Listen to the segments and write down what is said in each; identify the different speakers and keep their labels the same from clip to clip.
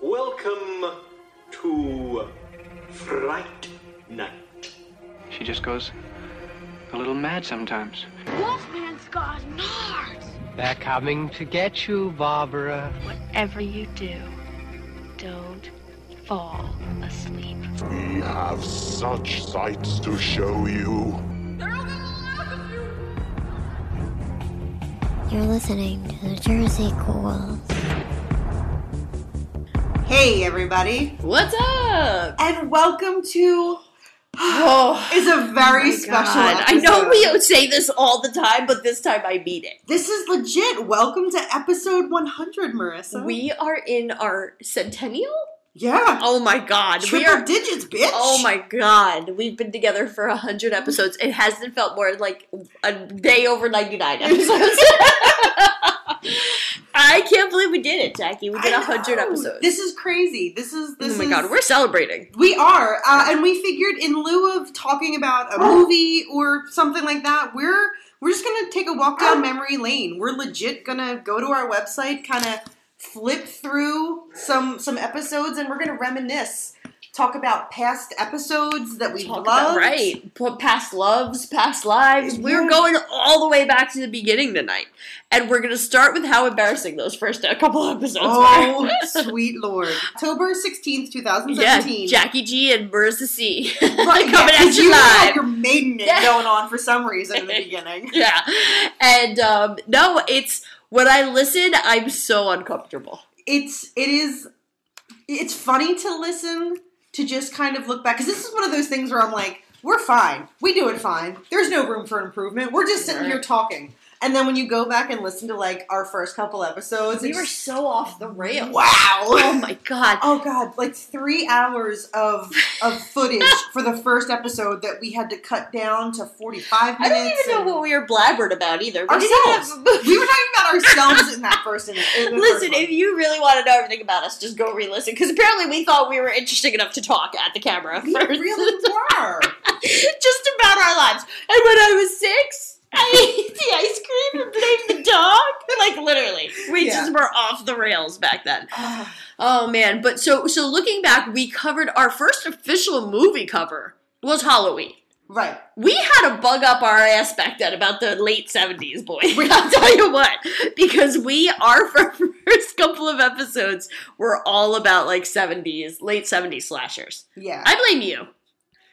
Speaker 1: Welcome to Fright Night.
Speaker 2: She just goes a little mad sometimes.
Speaker 3: Wolfman's got nards.
Speaker 4: They're coming to get you, Barbara.
Speaker 3: Whatever you do, don't fall asleep.
Speaker 5: We have such sights to show you.
Speaker 6: You're listening to the Jersey Cool.
Speaker 7: Hey, everybody,
Speaker 8: What's up?
Speaker 7: and welcome to
Speaker 8: Oh,
Speaker 7: is a very
Speaker 8: my
Speaker 7: special.
Speaker 8: God. I know
Speaker 7: episode.
Speaker 8: we say this all the time, but this time I mean it.
Speaker 7: This is legit. Welcome to episode 100, Marissa.
Speaker 8: We are in our centennial.
Speaker 7: yeah,
Speaker 8: Oh my God, we
Speaker 7: triple
Speaker 8: are.
Speaker 7: digits, bitch.
Speaker 8: Oh my God, we've been together for a hundred episodes. It hasn't felt more like a day over ninety nine episodes. I can't believe we did it, Jackie. We did
Speaker 7: I
Speaker 8: a hundred
Speaker 7: know.
Speaker 8: episodes.
Speaker 7: This is crazy. This is this.
Speaker 8: oh my
Speaker 7: is-
Speaker 8: God, we're celebrating.
Speaker 7: We are, uh, and we figured in lieu of talking about a
Speaker 8: Oh.
Speaker 7: movie or something like that, we're we're just gonna take a walk
Speaker 8: Oh.
Speaker 7: down memory lane. We're legit gonna go to our website, kind of flip through some some episodes, and we're gonna reminisce, talk about past episodes that we
Speaker 8: Talk about
Speaker 7: loved.
Speaker 8: right, P- past loves, past lives. We're
Speaker 7: Yeah.
Speaker 8: going all the way back to the beginning tonight, and we're gonna start with how embarrassing those first a couple episodes
Speaker 7: Oh, sweet lord! October sixteenth, two
Speaker 8: were.
Speaker 7: thousand
Speaker 8: Yeah,
Speaker 7: seventeen.
Speaker 8: Jackie G and Marissa C.
Speaker 7: right,
Speaker 8: coming at
Speaker 7: because
Speaker 8: you
Speaker 7: had
Speaker 8: live.
Speaker 7: Your maiden name
Speaker 8: Yeah.
Speaker 7: going on for some reason in the beginning.
Speaker 8: yeah, and um, no, it's when I listen, I'm so uncomfortable.
Speaker 7: it's it is it's funny to listen to just kind of look back because this is one of those things where I'm like, we're fine, we do it fine. There's no room for improvement. We're just sitting here talking. And then when you go back and listen to like our first couple episodes,
Speaker 8: We
Speaker 7: it's
Speaker 8: were
Speaker 7: just-
Speaker 8: so off the rails.
Speaker 7: wow.
Speaker 8: Oh my god.
Speaker 7: Oh god, like three hours of of footage for the first episode that we had to cut down to forty five
Speaker 8: I
Speaker 7: minutes.
Speaker 8: don't even know
Speaker 7: and-
Speaker 8: what we were blabbered about either. We didn't
Speaker 7: ourselves.
Speaker 8: have-
Speaker 7: we were talking about ourselves in that first. In, in the first
Speaker 8: Listen,
Speaker 7: one.
Speaker 8: if you really want to know everything about us, just go re-listen. Because apparently we thought we were interesting enough to talk at the camera
Speaker 7: we
Speaker 8: first.
Speaker 7: really were.
Speaker 8: just about our lives. And when I was six, I ate the ice cream and blamed the dog. Like literally, we
Speaker 7: Yeah.
Speaker 8: just were off the rails back then.
Speaker 7: Ah.
Speaker 8: Oh man! But so so looking back, we covered our first official movie cover was Halloween.
Speaker 7: Right.
Speaker 8: We had to bug up our ass back then about the late seventies, boy. I'll tell you what, because we our first couple of episodes were all about like seventies, late seventies slashers.
Speaker 7: Yeah.
Speaker 8: I blame you,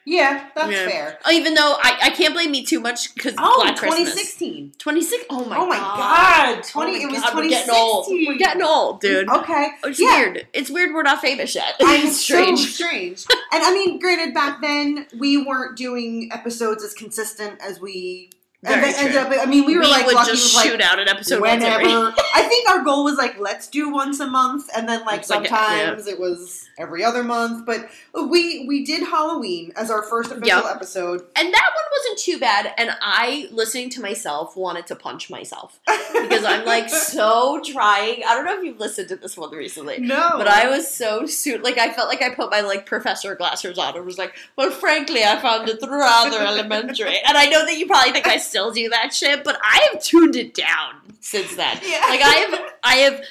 Speaker 7: yeah, that's
Speaker 8: Yeah. Oh,
Speaker 7: fair.
Speaker 8: even though I, I can't blame me too much because
Speaker 7: Oh,
Speaker 8: Black Christmas.
Speaker 7: 2016.
Speaker 8: 26? Oh my,
Speaker 7: oh my
Speaker 8: god.
Speaker 7: god. 20
Speaker 8: Oh my
Speaker 7: it was
Speaker 8: God, we're
Speaker 7: 2016.
Speaker 8: getting old. We're getting old, dude. Oh,
Speaker 7: Okay.
Speaker 8: It's
Speaker 7: yeah.
Speaker 8: weird. It's weird we're not famous yet.
Speaker 7: I'm
Speaker 8: it's strange.
Speaker 7: so strange. and I mean, granted, back then we weren't doing episodes as consistent as we and
Speaker 8: Very
Speaker 7: that ended
Speaker 8: true.
Speaker 7: up. I mean, we were like
Speaker 8: would
Speaker 7: lucky
Speaker 8: just
Speaker 7: with, like
Speaker 8: shoot out an episode once every-
Speaker 7: whenever. I think our goal was like let's do once a month, and then like
Speaker 8: It's like, yeah.
Speaker 7: sometimes it was every other month. But we we did Halloween as our first official
Speaker 8: Yep.
Speaker 7: episode.
Speaker 8: And that one wasn't too bad. And I, listening to myself, wanted to punch myself because I'm like so trying. I don't know if you've listened to this one recently.
Speaker 7: no,
Speaker 8: But I was so suit like I felt like I put my like Professor Glassers on and was like, well, frankly, I found it rather elementary. And I know that you probably think I still do that shit, but I have tuned it down since then.
Speaker 7: Yeah.
Speaker 8: Like I have, I have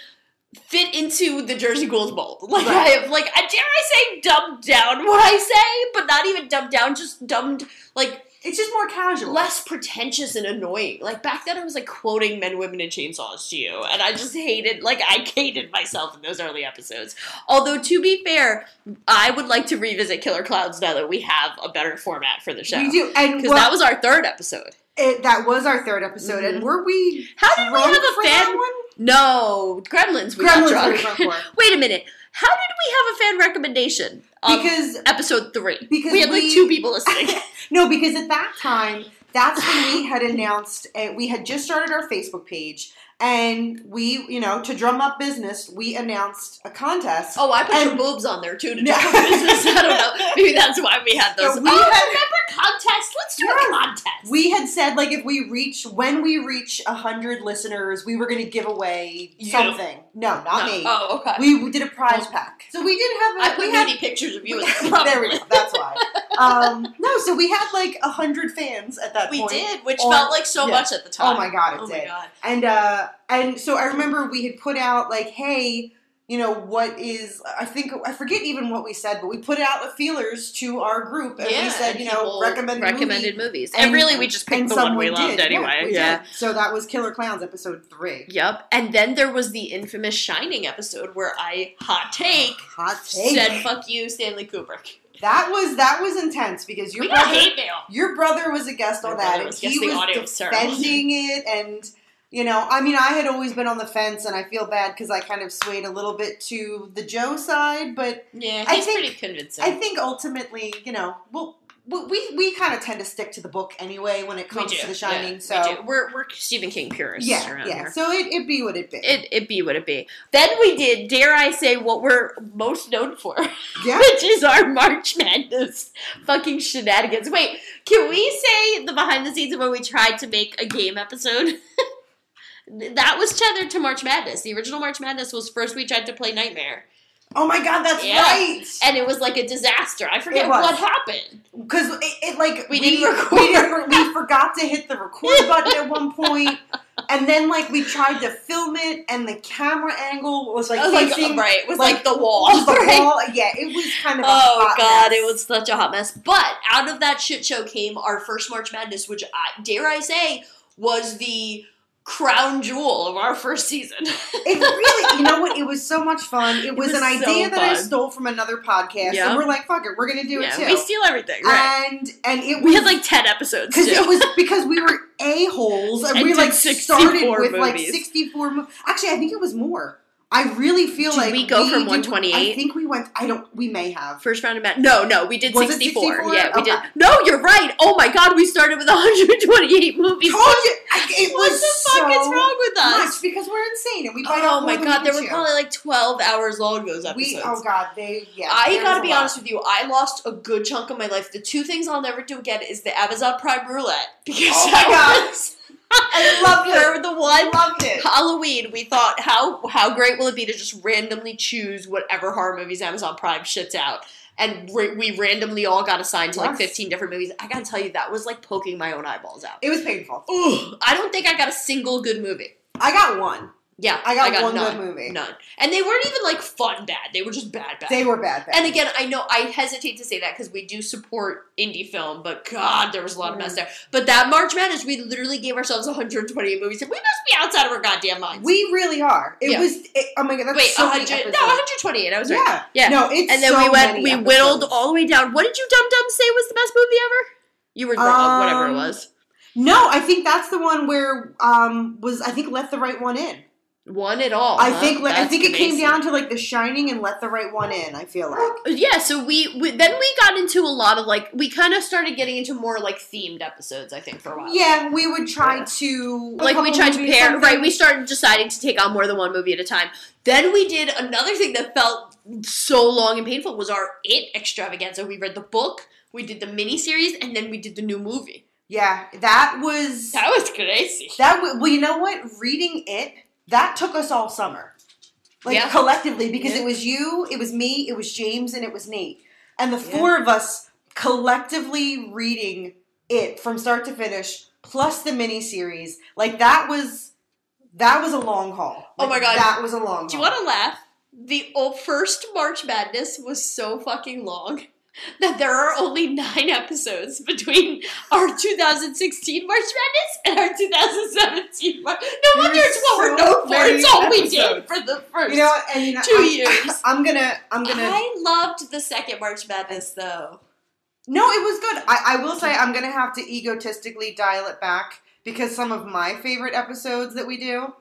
Speaker 8: fit into the Jersey Ghouls mold. Like I have, like I dare I say, dumbed down what I say, but not even dumbed down, just dumbed like
Speaker 7: It's just more casual.
Speaker 8: less pretentious and annoying. Like back then, I was like quoting Men, Women, and Chainsaws to you, and I just hated, like I hated myself in those early episodes. Although to be fair, I would like to revisit Killer Clowns now that we have a better format for the show.
Speaker 7: We do, and
Speaker 8: Because
Speaker 7: what-
Speaker 8: that was our third episode.
Speaker 7: It, that was our third episode, and were we?
Speaker 8: How did we
Speaker 7: drunk
Speaker 8: have a
Speaker 7: for
Speaker 8: fan?
Speaker 7: that
Speaker 8: No, Gremlins. We
Speaker 7: one?
Speaker 8: got
Speaker 7: Gremlins
Speaker 8: drunk.
Speaker 7: we were drunk
Speaker 8: Wait a minute. How did we have a fan recommendation?
Speaker 7: for.
Speaker 8: on
Speaker 7: because
Speaker 8: episode three.
Speaker 7: because
Speaker 8: we had like
Speaker 7: we-
Speaker 8: two people listening.
Speaker 7: no, because at that time, that's when we had announced uh, we had just started our Facebook page, and we, you know, to drum up business, we announced a contest.
Speaker 8: oh, I put your
Speaker 7: And-
Speaker 8: boobs on there too to
Speaker 7: Yeah.
Speaker 8: talk business. I don't know. Maybe that's why we had those.
Speaker 7: Yeah, we
Speaker 8: oh,
Speaker 7: had-
Speaker 8: remember contest? Let's do a contest.
Speaker 7: We had said like if we reach when we reach hundred listeners, we were going to give away
Speaker 8: You.
Speaker 7: something. No, not
Speaker 8: No.
Speaker 7: me.
Speaker 8: Oh, okay. Oh.
Speaker 7: We did a prize pack, so we did have.
Speaker 8: I
Speaker 7: A,
Speaker 8: put
Speaker 7: we
Speaker 8: many
Speaker 7: had
Speaker 8: pictures of you. in
Speaker 7: there we go. That's why. Um, no, so we had like a hundred fans at that
Speaker 8: We
Speaker 7: point.
Speaker 8: did, which
Speaker 7: Or-
Speaker 8: felt like so
Speaker 7: yeah.
Speaker 8: much at the
Speaker 7: Oh
Speaker 8: time.
Speaker 7: my god, it
Speaker 8: Oh
Speaker 7: did.
Speaker 8: god.
Speaker 7: And uh, and so I remember we had put out like, hey, you know what is i think i forget even what we said but we put out the feelers to our group and we said you know
Speaker 8: people
Speaker 7: recommended
Speaker 8: recommended
Speaker 7: movie,
Speaker 8: movies, and, really we just picked
Speaker 7: and
Speaker 8: the one we
Speaker 7: someone
Speaker 8: loved
Speaker 7: did. Yeah,
Speaker 8: anyway.
Speaker 7: we did. so that was killer clowns episode three
Speaker 8: Yep. And then there was the infamous Shining episode where I hot take
Speaker 7: hot take
Speaker 8: said "fuck you, Stanley Kubrick."
Speaker 7: that was that was intense because your
Speaker 8: we got
Speaker 7: brother
Speaker 8: hate mail.
Speaker 7: your brother was a guest
Speaker 8: My
Speaker 7: on that
Speaker 8: brother
Speaker 7: and
Speaker 8: was
Speaker 7: he
Speaker 8: guest, the
Speaker 7: was
Speaker 8: audio was terrible.
Speaker 7: defending it and you know i mean i had always been on the fence and i feel bad because i kind of swayed a little bit to the joe side but
Speaker 8: Yeah,
Speaker 7: I
Speaker 8: he's
Speaker 7: think-
Speaker 8: pretty convincing.
Speaker 7: i think ultimately you know well we- we, we kind of tend to stick to the book anyway when it
Speaker 8: we
Speaker 7: comes
Speaker 8: do.
Speaker 7: to the shining
Speaker 8: yeah,
Speaker 7: so
Speaker 8: we do. we're we're Stephen King purists
Speaker 7: yeah
Speaker 8: around
Speaker 7: yeah
Speaker 8: here.
Speaker 7: so it, it be what it be
Speaker 8: It it be what it be. Then we did, dare I say, what we're most known for,
Speaker 7: yeah
Speaker 8: which is our March Madness fucking shenanigans. Wait, can we say the behind the scenes of when we tried to make a game episode? that was tethered to March Madness. The original March Madness was first we tried to play Nightmare,
Speaker 7: oh my god that's
Speaker 8: Yeah.
Speaker 7: right
Speaker 8: and it was like a disaster. I
Speaker 7: It
Speaker 8: forget
Speaker 7: was.
Speaker 8: what happened.
Speaker 7: because it, it like
Speaker 8: We didn't record.
Speaker 7: we, didn't- we forgot to hit the record button at one point and then like we tried to film it and the camera angle was like
Speaker 8: I was like,
Speaker 7: facing
Speaker 8: right, it was like,
Speaker 7: like,
Speaker 8: the wall.
Speaker 7: off the
Speaker 8: right?
Speaker 7: wall. Yeah, it was kind of. a
Speaker 8: Oh
Speaker 7: hot
Speaker 8: god,
Speaker 7: mess.
Speaker 8: it was such a hot mess. But out of that shit show came our first March Madness, which I dare I say was the crown jewel of our first season.
Speaker 7: It really, you know what? It was so much fun. It, was,
Speaker 8: was
Speaker 7: an
Speaker 8: so
Speaker 7: idea that I
Speaker 8: fun.
Speaker 7: stole from another podcast,
Speaker 8: Yeah.
Speaker 7: and we're like, "Fuck it, we're gonna do it too."
Speaker 8: we steal everything, right?
Speaker 7: And and it
Speaker 8: we
Speaker 7: was
Speaker 8: had like ten episodes
Speaker 7: because it
Speaker 8: too.
Speaker 7: was because we were a holes and,
Speaker 8: And
Speaker 7: we
Speaker 8: did
Speaker 7: like
Speaker 8: 64
Speaker 7: started with like
Speaker 8: movies.
Speaker 7: sixty four. Mo- Actually, I think it was more. I really feel
Speaker 8: Did
Speaker 7: like
Speaker 8: we go from
Speaker 7: did-
Speaker 8: 128?
Speaker 7: I think we went. I don't. We may have.
Speaker 8: First round of Madness. No, no, we did
Speaker 7: Was it
Speaker 8: 64.
Speaker 7: 64?
Speaker 8: Yeah, we did.
Speaker 7: Okay.
Speaker 8: No, you're right. Oh my god, we started with 128 movies.
Speaker 7: Told you, I- it
Speaker 8: what
Speaker 7: was
Speaker 8: the fuck
Speaker 7: so
Speaker 8: is wrong with us?
Speaker 7: much because we're insane and we bite
Speaker 8: Oh
Speaker 7: off
Speaker 8: my
Speaker 7: more than
Speaker 8: god,
Speaker 7: we
Speaker 8: there
Speaker 7: can
Speaker 8: were
Speaker 7: chew.
Speaker 8: probably like 12 hours long those episodes.
Speaker 7: We, oh god, they yeah.
Speaker 8: I
Speaker 7: there was
Speaker 8: gotta
Speaker 7: a
Speaker 8: be
Speaker 7: lot.
Speaker 8: honest with you, I lost a good chunk of my life. The two things I'll never do again is the Amazon Prime Roulette. Because
Speaker 7: Oh my
Speaker 8: that
Speaker 7: God.
Speaker 8: was-
Speaker 7: I loved it.
Speaker 8: For the one
Speaker 7: loved it.
Speaker 8: Halloween, we thought how how great will it be to just randomly choose whatever horror movies Amazon Prime shits out. And ra- we randomly all got assigned to like
Speaker 7: Yes.
Speaker 8: 15 different movies. I gotta tell you, that was like poking my own eyeballs out.
Speaker 7: It was painful.
Speaker 8: Ugh, I don't think I got a single good movie.
Speaker 7: I got one.
Speaker 8: Yeah,
Speaker 7: I got, one
Speaker 8: none,
Speaker 7: good movie.
Speaker 8: None. And they weren't even like fun bad. They were just bad bad.
Speaker 7: They were bad. bad.
Speaker 8: And again, I know I hesitate to say that because we do support indie film, but God, there was a lot
Speaker 7: Mm.
Speaker 8: of mess there. But that March Madness, we literally gave ourselves 128 movies, and we must be outside of our goddamn minds.
Speaker 7: we really are. It
Speaker 8: Yeah.
Speaker 7: was. It, oh my god, that's
Speaker 8: Wait,
Speaker 7: so many
Speaker 8: 100? No,
Speaker 7: episodes.
Speaker 8: 128. I was right.
Speaker 7: yeah,
Speaker 8: Yeah.
Speaker 7: No, it's
Speaker 8: and then
Speaker 7: so
Speaker 8: we went,
Speaker 7: many
Speaker 8: we
Speaker 7: episodes.
Speaker 8: whittled all the way down. What did you dum dum say was the best movie ever? You were wrong, whatever it
Speaker 7: Um,
Speaker 8: was.
Speaker 7: No, I think that's the one where um was I think let the right one in.
Speaker 8: One at all.
Speaker 7: I
Speaker 8: huh?
Speaker 7: think I
Speaker 8: Uh-huh. That's
Speaker 7: think it came
Speaker 8: amazing. Uh,
Speaker 7: down to like The Shining and let the right one in. I feel like
Speaker 8: Yeah, so we, we then we got into a lot of like we kind of started getting into more like themed episodes. I think for a while.
Speaker 7: yeah, we would try to a
Speaker 8: like we
Speaker 7: couple
Speaker 8: tried to
Speaker 7: movies,
Speaker 8: pair
Speaker 7: something.
Speaker 8: right we started deciding to take on more than one movie at a time then we did another thing that felt so long and painful was our it extravaganza we read the book we did the mini series and then we did the new movie
Speaker 7: Yeah, that was
Speaker 8: that was crazy
Speaker 7: That w- well, you know what? Reading it that took us all summer, like
Speaker 8: Yeah.
Speaker 7: collectively, because
Speaker 8: Yeah.
Speaker 7: it was you, it was me, it was James, and it was Nate, and the four of us collectively reading it from start to finish, plus the miniseries. Like that was that was a long haul.
Speaker 8: Oh
Speaker 7: Like,
Speaker 8: my God.
Speaker 7: that was a long.
Speaker 8: do you
Speaker 7: haul.
Speaker 8: want to laugh the o- first march madness was so fucking long that there are only nine episodes between our 2016 March Madness and our 2017 March. No wonder
Speaker 7: There's
Speaker 8: it's what we're
Speaker 7: so
Speaker 8: known for.
Speaker 7: many
Speaker 8: It's all we did
Speaker 7: episodes.
Speaker 8: for the first
Speaker 7: You know, and you know,
Speaker 8: 2
Speaker 7: I'm,
Speaker 8: years.
Speaker 7: I'm gonna, I'm gonna.
Speaker 8: I loved the second March Madness though.
Speaker 7: No, it was good. I, I will say I'm gonna have to egotistically dial it back because some of my favorite episodes that we do,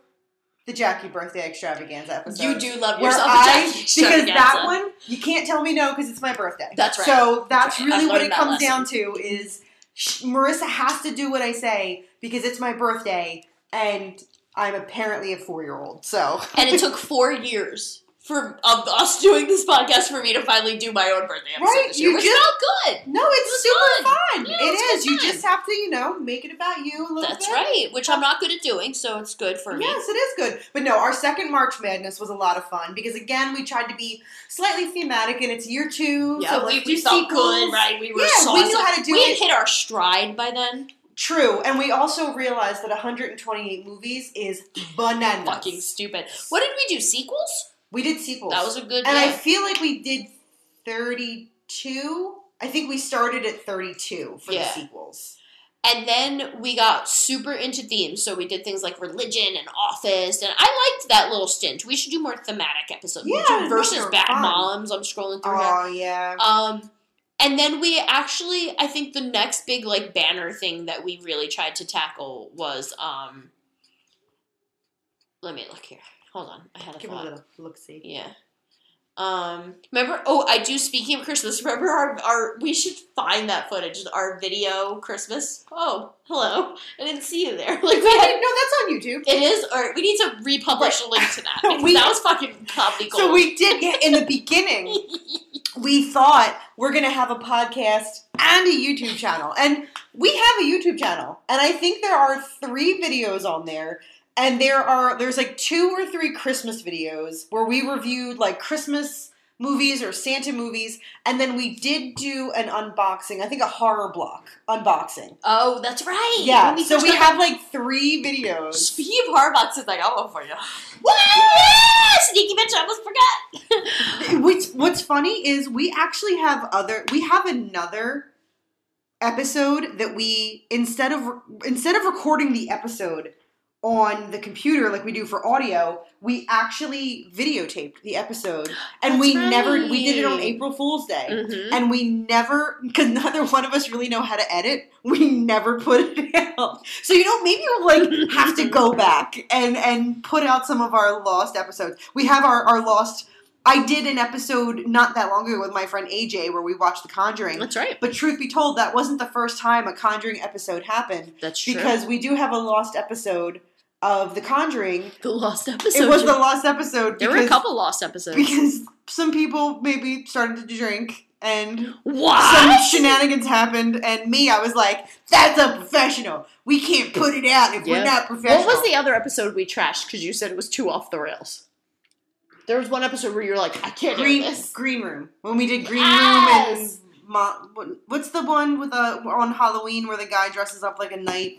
Speaker 7: the Jackie birthday extravaganza episode.
Speaker 8: You do love
Speaker 7: Where
Speaker 8: yourself,
Speaker 7: I,
Speaker 8: Jackie
Speaker 7: because that
Speaker 8: Extravaganza.
Speaker 7: one you can't tell me no because it's my birthday.
Speaker 8: That's right.
Speaker 7: So that's
Speaker 8: That's right.
Speaker 7: really
Speaker 8: I've
Speaker 7: what
Speaker 8: learned
Speaker 7: it
Speaker 8: that
Speaker 7: comes
Speaker 8: lesson.
Speaker 7: down to is sh- Marissa has to do what I say because it's my birthday and I'm apparently a four year old. So
Speaker 8: and it took four years for of us doing this podcast for me to finally do my own birthday episode
Speaker 7: Right,
Speaker 8: this year,
Speaker 7: you
Speaker 8: which
Speaker 7: just-
Speaker 8: felt good.
Speaker 7: no, it's
Speaker 8: It was
Speaker 7: super
Speaker 8: fun.
Speaker 7: fun.
Speaker 8: Yeah, it
Speaker 7: it
Speaker 8: was
Speaker 7: is.
Speaker 8: good
Speaker 7: You
Speaker 8: fun.
Speaker 7: just have to, you know, make it about you a little
Speaker 8: That's
Speaker 7: bit.
Speaker 8: right, which I'm not good at doing, so it's good for me.
Speaker 7: Yes, it is good. But no, our second March Madness was a lot of fun because again, we tried to be slightly thematic, and it's year two.
Speaker 8: Yeah,
Speaker 7: so
Speaker 8: we,
Speaker 7: like,
Speaker 8: we
Speaker 7: we
Speaker 8: felt
Speaker 7: see
Speaker 8: good,
Speaker 7: goals.
Speaker 8: right? We were
Speaker 7: Yeah,
Speaker 8: so
Speaker 7: we knew how to do
Speaker 8: we had
Speaker 7: it.
Speaker 8: hit our stride by then.
Speaker 7: True, and we also realized that 128 movies is bananas.
Speaker 8: Fucking stupid. What did we do? Sequels?
Speaker 7: We did sequels.
Speaker 8: That was a good.
Speaker 7: and I
Speaker 8: yeah.
Speaker 7: feel like we did 32. I think we started at 32 for
Speaker 8: Yeah.
Speaker 7: the sequels.
Speaker 8: And then we got super into themes, so we did things like religion and office, and I liked that little stint. We should do more thematic episodes. We
Speaker 7: Yeah,
Speaker 8: should do
Speaker 7: those
Speaker 8: versus
Speaker 7: are
Speaker 8: bad
Speaker 7: fun.
Speaker 8: moms. I'm scrolling through now.
Speaker 7: Oh, yeah.
Speaker 8: Um, and then we actually, I think the next big like banner thing that we really tried to tackle was um. Let me look here. Hold on, I had a
Speaker 7: Give it a
Speaker 8: thought.
Speaker 7: little look see.
Speaker 8: Yeah. Um, remember? Oh, I do. Speaking of Christmas, remember our our we should find that footage. Our video Christmas. Oh, hello! I didn't see you there. Like we had,
Speaker 7: no, that's on YouTube.
Speaker 8: it is, or we need to republish a link to that. because
Speaker 7: We-
Speaker 8: that was fucking comedy gold.
Speaker 7: So we did yeah, in the beginning. We thought we're gonna have a podcast and a YouTube channel, and we have a YouTube channel, and I think there are three videos on there, and there are there's like two or three Christmas videos where we reviewed like Christmas movies or Santa movies, and then we did do an unboxing. I think a horror block unboxing.
Speaker 8: oh, that's right.
Speaker 7: Yeah,
Speaker 8: When we
Speaker 7: so
Speaker 8: first
Speaker 7: we
Speaker 8: got-
Speaker 7: have like three videos.
Speaker 8: Speaking of horror box is like, I'm one for you. What? Sneaky bitch, I almost forgot.
Speaker 7: What's What's funny is we actually have other. We have another episode that we instead of instead of recording the episode on the computer like we do for audio, we actually videotaped the episode, and we
Speaker 8: That's
Speaker 7: never we did it on
Speaker 8: right.
Speaker 7: April Fool's Day.
Speaker 8: Mhm.
Speaker 7: And we never, because neither one of us really know how to edit. We never put it out. So you know, maybe we'll like have to go back and and put out some of our lost episodes. We have our our lost. I did an episode not that long ago with my friend AJ where we watched The Conjuring.
Speaker 8: That's right.
Speaker 7: But truth be told, that wasn't the first time a Conjuring episode happened
Speaker 8: That's true.
Speaker 7: because we do have a lost episode of The Conjuring.
Speaker 8: the lost episode.
Speaker 7: it was the lost episode.
Speaker 8: there were
Speaker 7: because,
Speaker 8: a couple lost episodes.
Speaker 7: because some people maybe started to drink and
Speaker 8: What?
Speaker 7: some shenanigans happened, and me, I was like, "That's unprofessional. We can't put it out if
Speaker 8: Yeah.
Speaker 7: we're not professional."
Speaker 8: What was the other episode we trashed because you said it was too off the rails? There was one episode where you were like, I can't
Speaker 7: green
Speaker 8: do this.
Speaker 7: green room when we did green
Speaker 8: Yes!
Speaker 7: room and mo- what- what's the one with a on Halloween where the guy dresses up like a knight?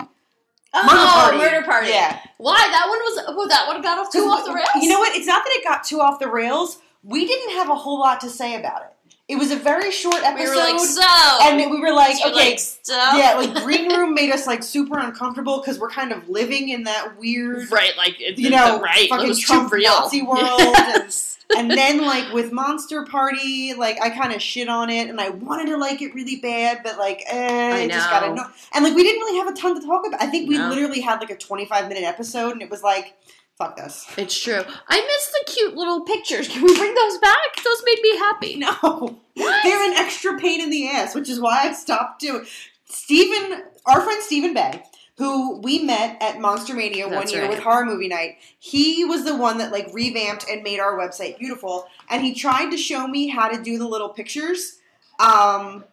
Speaker 8: Oh,
Speaker 7: Murder Party.
Speaker 8: Murder Party.
Speaker 7: Yeah,
Speaker 8: Why? That one was, well, that one got off too off the rails?
Speaker 7: You know what? It's not that it got too off the rails. We didn't have a whole lot to say about it. It was a very short
Speaker 8: We
Speaker 7: episode,
Speaker 8: were like, so.
Speaker 7: and we were like,
Speaker 8: You were
Speaker 7: okay,
Speaker 8: like, so.
Speaker 7: yeah, like green room made us like super uncomfortable because we're kind of living in that weird
Speaker 8: Right, like, it,
Speaker 7: you know,
Speaker 8: the right. it
Speaker 7: fucking
Speaker 8: was
Speaker 7: Trump
Speaker 8: too real.
Speaker 7: Nazi world.
Speaker 8: Yes.
Speaker 7: and then like with Monster Party, like I kind of shit on it, and I wanted to like it really bad, but like eh,
Speaker 8: I
Speaker 7: it
Speaker 8: know.
Speaker 7: just got annoying. And like we didn't really have a ton to talk about. I think we
Speaker 8: No.
Speaker 7: literally had like a twenty-five minute episode, and it was like, fuck this.
Speaker 8: It's true. I miss the cute little pictures. Can we bring those back? Those made me happy.
Speaker 7: No, they're an extra pain in the ass, which is why I stopped doing. Stephen, our friend Stephen Bay, who we met at Monster Mania one
Speaker 8: That's
Speaker 7: year
Speaker 8: right.
Speaker 7: with horror movie night, he was the one that like revamped and made our website beautiful. And he tried to show me how to do the little pictures, um,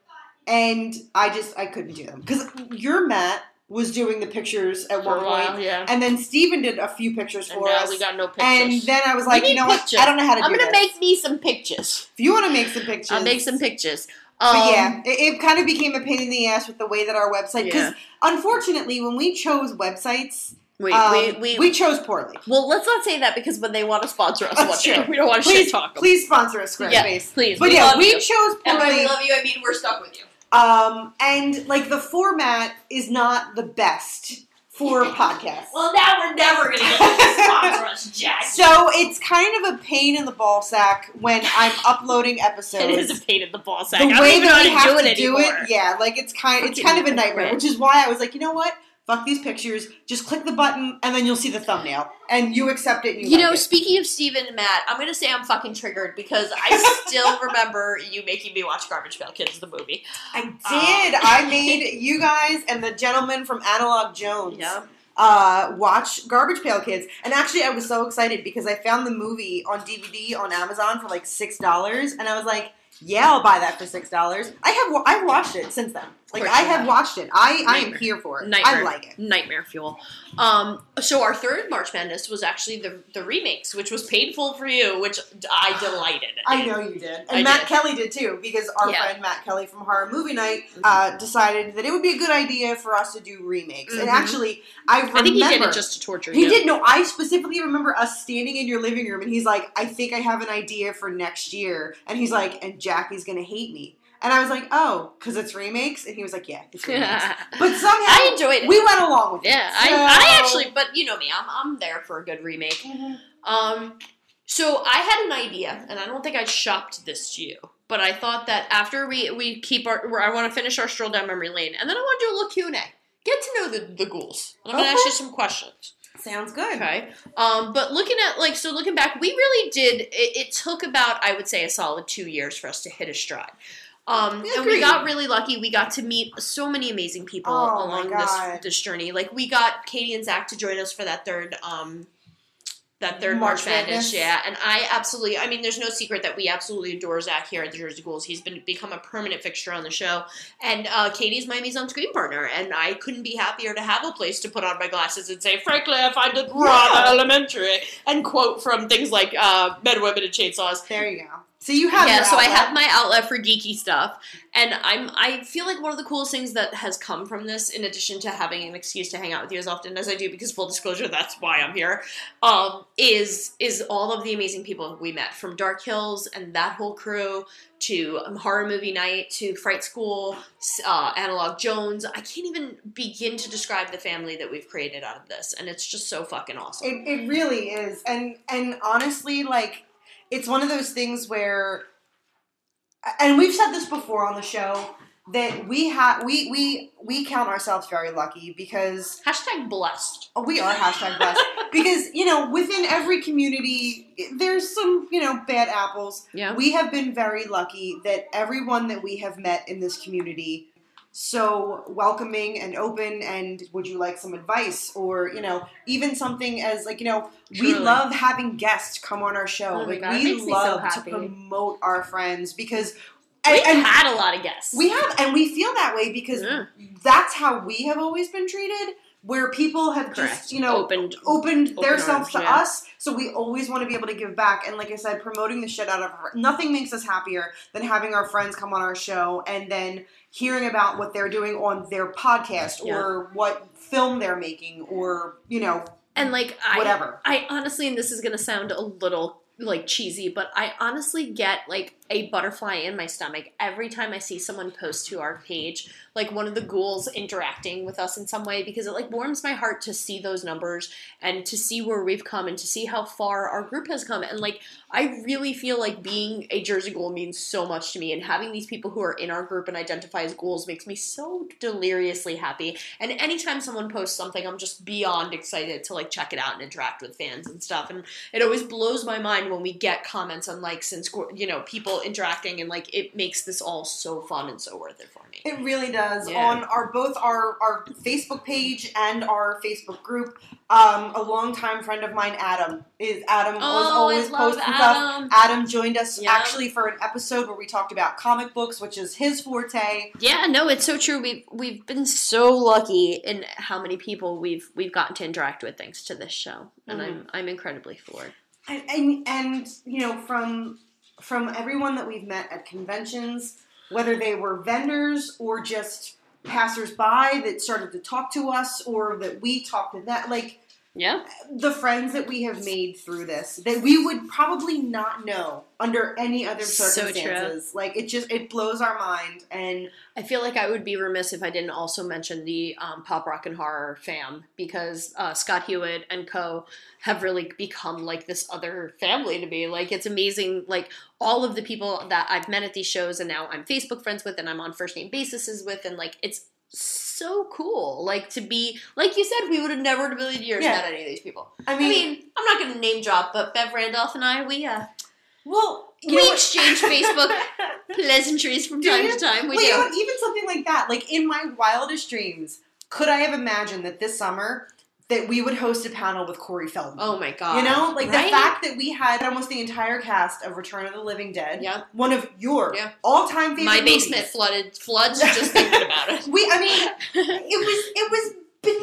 Speaker 7: and I just I couldn't do them because your Matt was doing the pictures at
Speaker 8: For
Speaker 7: one
Speaker 8: a while,
Speaker 7: point,
Speaker 8: yeah.
Speaker 7: and then Stephen did a few pictures
Speaker 8: And
Speaker 7: for
Speaker 8: now
Speaker 7: us.
Speaker 8: we got no pictures.
Speaker 7: and then I was like,
Speaker 8: need
Speaker 7: you know what?
Speaker 8: pictures.
Speaker 7: I don't know how to
Speaker 8: I'm
Speaker 7: do
Speaker 8: gonna
Speaker 7: this.
Speaker 8: make me some pictures.
Speaker 7: if you want to make some pictures,
Speaker 8: I'll make some pictures.
Speaker 7: but
Speaker 8: Um,
Speaker 7: yeah, it, it kind of became a pain in the ass with the way that our website.
Speaker 8: Yeah.
Speaker 7: Because unfortunately, when we chose websites,
Speaker 8: Wait,
Speaker 7: um,
Speaker 8: wait, wait.
Speaker 7: we chose poorly.
Speaker 8: well, let's not say that because when they want to sponsor us,
Speaker 7: That's
Speaker 8: one day,
Speaker 7: true.
Speaker 8: we don't want to shit
Speaker 7: Please,
Speaker 8: talk. 'em.
Speaker 7: please sponsor us, Squarespace.
Speaker 8: Yeah, please.
Speaker 7: But
Speaker 8: We
Speaker 7: yeah,
Speaker 8: love
Speaker 7: we
Speaker 8: you.
Speaker 7: chose
Speaker 8: And by we
Speaker 7: poorly,
Speaker 8: love you, I mean we're stuck with you.
Speaker 7: um, and like the format is not the best for podcasts.
Speaker 8: Well, now we're never gonna get them to sponsor us, Jack.
Speaker 7: So it's kind of a pain in the ball sack when I'm uploading episodes.
Speaker 8: it is a pain in the ball sack.
Speaker 7: the
Speaker 8: I don't
Speaker 7: way
Speaker 8: even
Speaker 7: that
Speaker 8: know
Speaker 7: we
Speaker 8: how
Speaker 7: have
Speaker 8: to
Speaker 7: to do
Speaker 8: anymore.
Speaker 7: it, yeah, like it's kind, it's
Speaker 8: Fucking
Speaker 7: kind of a nightmare.
Speaker 8: hypocrite.
Speaker 7: Which is why I was like, you know what? Fuck these pictures. Just click the button, and then you'll see the thumbnail, and you accept it. And you
Speaker 8: You
Speaker 7: like
Speaker 8: know,
Speaker 7: it.
Speaker 8: speaking of Steven and Matt, I'm gonna say I'm fucking triggered because I still remember you making me watch Garbage Pail Kids the movie.
Speaker 7: I did.
Speaker 8: um,
Speaker 7: I made you guys and the gentleman from Analog Jones.
Speaker 8: Yeah.
Speaker 7: Uh, watch Garbage Pail Kids, and actually, I was so excited because I found the movie on DVD on Amazon for like six dollars, and I was like, "Yeah, I'll buy that for six dollars." I have wa- I've watched it since then. Like
Speaker 8: course
Speaker 7: I
Speaker 8: you
Speaker 7: have
Speaker 8: have.
Speaker 7: watched it. I I am
Speaker 8: Nightmare.
Speaker 7: here for it.
Speaker 8: Nightmare.
Speaker 7: I like it.
Speaker 8: Nightmare fuel. Um, so our third March Madness was actually the the remakes, which was painful for you, which I delighted. in.
Speaker 7: I know you did, and
Speaker 8: I
Speaker 7: Matt
Speaker 8: did.
Speaker 7: Kelly did too, because our
Speaker 8: Yeah. Mm-hmm.
Speaker 7: friend Matt Kelly from Horror Movie Night uh, decided that it would be a good idea for us to do remakes. And
Speaker 8: Mhm.
Speaker 7: actually, I remember
Speaker 8: I think he did it just to torture
Speaker 7: He
Speaker 8: you.
Speaker 7: did. No, I specifically remember us standing in your living room, and he's like, "I think I have an idea for next year," and he's like, "And Jackie's gonna hate me," and I was like, "Oh, because it's remakes," and he was like, "Yeah, it's remakes." but somehow
Speaker 8: I enjoyed it.
Speaker 7: We went along with it.
Speaker 8: yeah, I, I actually, but you know me, I'm I'm there for a good remake.
Speaker 7: actually.
Speaker 8: Um, so I had an idea, and I don't think I shopped this to you, but I thought that after we we keep our, where I want to finish our stroll down memory lane, and then I want to do a little Q and A, get to know the the ghouls, and I'm gonna ask
Speaker 7: Okay.
Speaker 8: you some questions.
Speaker 7: Sounds good.
Speaker 8: Okay. Um, but looking at like so looking back, we really did. It, it took about I would say a solid two years for us to hit a stride. Um, and we
Speaker 7: Agreed.
Speaker 8: got really lucky. We got to meet so many amazing people
Speaker 7: Oh,
Speaker 8: along
Speaker 7: my
Speaker 8: this
Speaker 7: God.
Speaker 8: this journey. Like we got Katie and Zach to join us for that third um that third March,
Speaker 7: March
Speaker 8: Madness.
Speaker 7: Madness.
Speaker 8: Yeah, and I absolutely. I mean, there's no secret that we absolutely adore Zach here at the Jersey Ghouls. He's been become a permanent fixture on the show. And uh, Katie's my mise on screen partner, and I couldn't be happier to have a place to put on my glasses and say, "Frankly, I find it rather
Speaker 7: Yeah.
Speaker 8: elementary," and quote from things like uh, "Men, Women, and Chainsaws."
Speaker 7: There you go. So you have
Speaker 8: Yeah,
Speaker 7: your
Speaker 8: so I
Speaker 7: outlet.
Speaker 8: have my outlet for geeky stuff, and I'm I feel like one of the coolest things that has come from this, in addition to having an excuse to hang out with you as often as I do, because full disclosure, that's why I'm here, um, is is all of the amazing people we met from Dark Hills and that whole crew to um, horror movie night to Fright School, s- uh, Analog Jones. I can't even begin to describe the family that we've created out of this, and it's just so fucking awesome.
Speaker 7: It, it really is, and and honestly, like it's one of those things where, and we've said this before on the show that we have we we we count ourselves very lucky because oh,
Speaker 8: Hashtag blessed.
Speaker 7: we are hashtag blessed because you know within every community there's some you know bad apples
Speaker 8: Yeah.
Speaker 7: we have been very lucky that everyone that we have met in this community so welcoming and open and would you like some advice or you know even something as like you know we
Speaker 8: Truly.
Speaker 7: love having guests come on our show
Speaker 8: Oh my
Speaker 7: like
Speaker 8: God, it
Speaker 7: we
Speaker 8: makes me so
Speaker 7: love
Speaker 8: happy.
Speaker 7: to promote our friends because
Speaker 8: We've
Speaker 7: and, and
Speaker 8: had a lot of guests.
Speaker 7: we have, and we feel that way because
Speaker 8: Yeah.
Speaker 7: that's how we have always been treated. Where people have
Speaker 8: Correct.
Speaker 7: just, you know,
Speaker 8: opened
Speaker 7: opened
Speaker 8: Open
Speaker 7: their selves
Speaker 8: arms,
Speaker 7: to
Speaker 8: yeah.
Speaker 7: us. So we always want to be able to give back. And like I said, promoting the shit out of her. Nothing makes us happier than having our friends come on our show and then hearing about what they're doing on their podcast or what film they're making or, you know,
Speaker 8: and like I,
Speaker 7: whatever.
Speaker 8: I honestly, and this is gonna sound a little like cheesy, but I honestly get like a butterfly in my stomach every time I see someone post to our page, like one of the ghouls interacting with us in some way, because it like warms my heart to see those numbers and to see where we've come and to see how far our group has come. And like I really feel like being a Jersey ghoul means so much to me, and having these people who are in our group and identify as ghouls makes me so deliriously happy. And anytime someone posts something, I'm just beyond excited to like check it out and interact with fans and stuff. And it always blows my mind when we get comments on likes and score, you know, people interacting and like it makes this all so fun and so worth it for me.
Speaker 7: It really does
Speaker 8: Yeah.
Speaker 7: on our both our our Facebook page and our Facebook group. Um, a longtime friend of mine, Adam, is Adam
Speaker 8: Oh,
Speaker 7: was always posting stuff. Adam joined us
Speaker 8: Yeah.
Speaker 7: actually for an episode where we talked about comic books, which is his forte.
Speaker 8: Yeah, no, it's so true. We've we've been so lucky in how many people we've we've gotten to interact with thanks to this show, and I'm I'm incredibly floored.
Speaker 7: and, and and you know from from everyone that we've met at conventions whether they were vendors or just passersby that started to talk to us or that we talked to that like
Speaker 8: Yeah,
Speaker 7: the friends that we have made through this that we would probably not know under any other
Speaker 8: So true.
Speaker 7: circumstances like it just it blows our mind and
Speaker 8: I feel like I would be remiss if I didn't also mention the um, pop rock and horror fam because uh, Scott Hewitt and Co have really become like this other family to me. Like it's amazing, like all of the people that I've met at these shows and now I'm Facebook friends with and I'm on first name basis with, and like it's so cool. Like to be like you said, we would have never in a million years
Speaker 7: Yeah.
Speaker 8: met any of these people.
Speaker 7: i
Speaker 8: I
Speaker 7: mean,
Speaker 8: mean, I'm not going to name drop, but Bev Randolph and I, we uh,
Speaker 7: well you know
Speaker 8: we
Speaker 7: what-
Speaker 8: exchange Facebook pleasantries from
Speaker 7: Do
Speaker 8: time
Speaker 7: you?
Speaker 8: to time. We
Speaker 7: well,
Speaker 8: do.
Speaker 7: you know, what, even something like that. Like in my wildest dreams, could I have imagined that this summer that we would host a panel with Corey Feldman.
Speaker 8: Oh my god.
Speaker 7: You know, like the
Speaker 8: Right?
Speaker 7: fact that we had almost the entire cast of Return of the Living Dead,
Speaker 8: Yeah.
Speaker 7: one of your
Speaker 8: Yeah.
Speaker 7: all-time favorite
Speaker 8: My basement
Speaker 7: movies.
Speaker 8: flooded floods just thinking about it.
Speaker 7: We, I mean, it was it was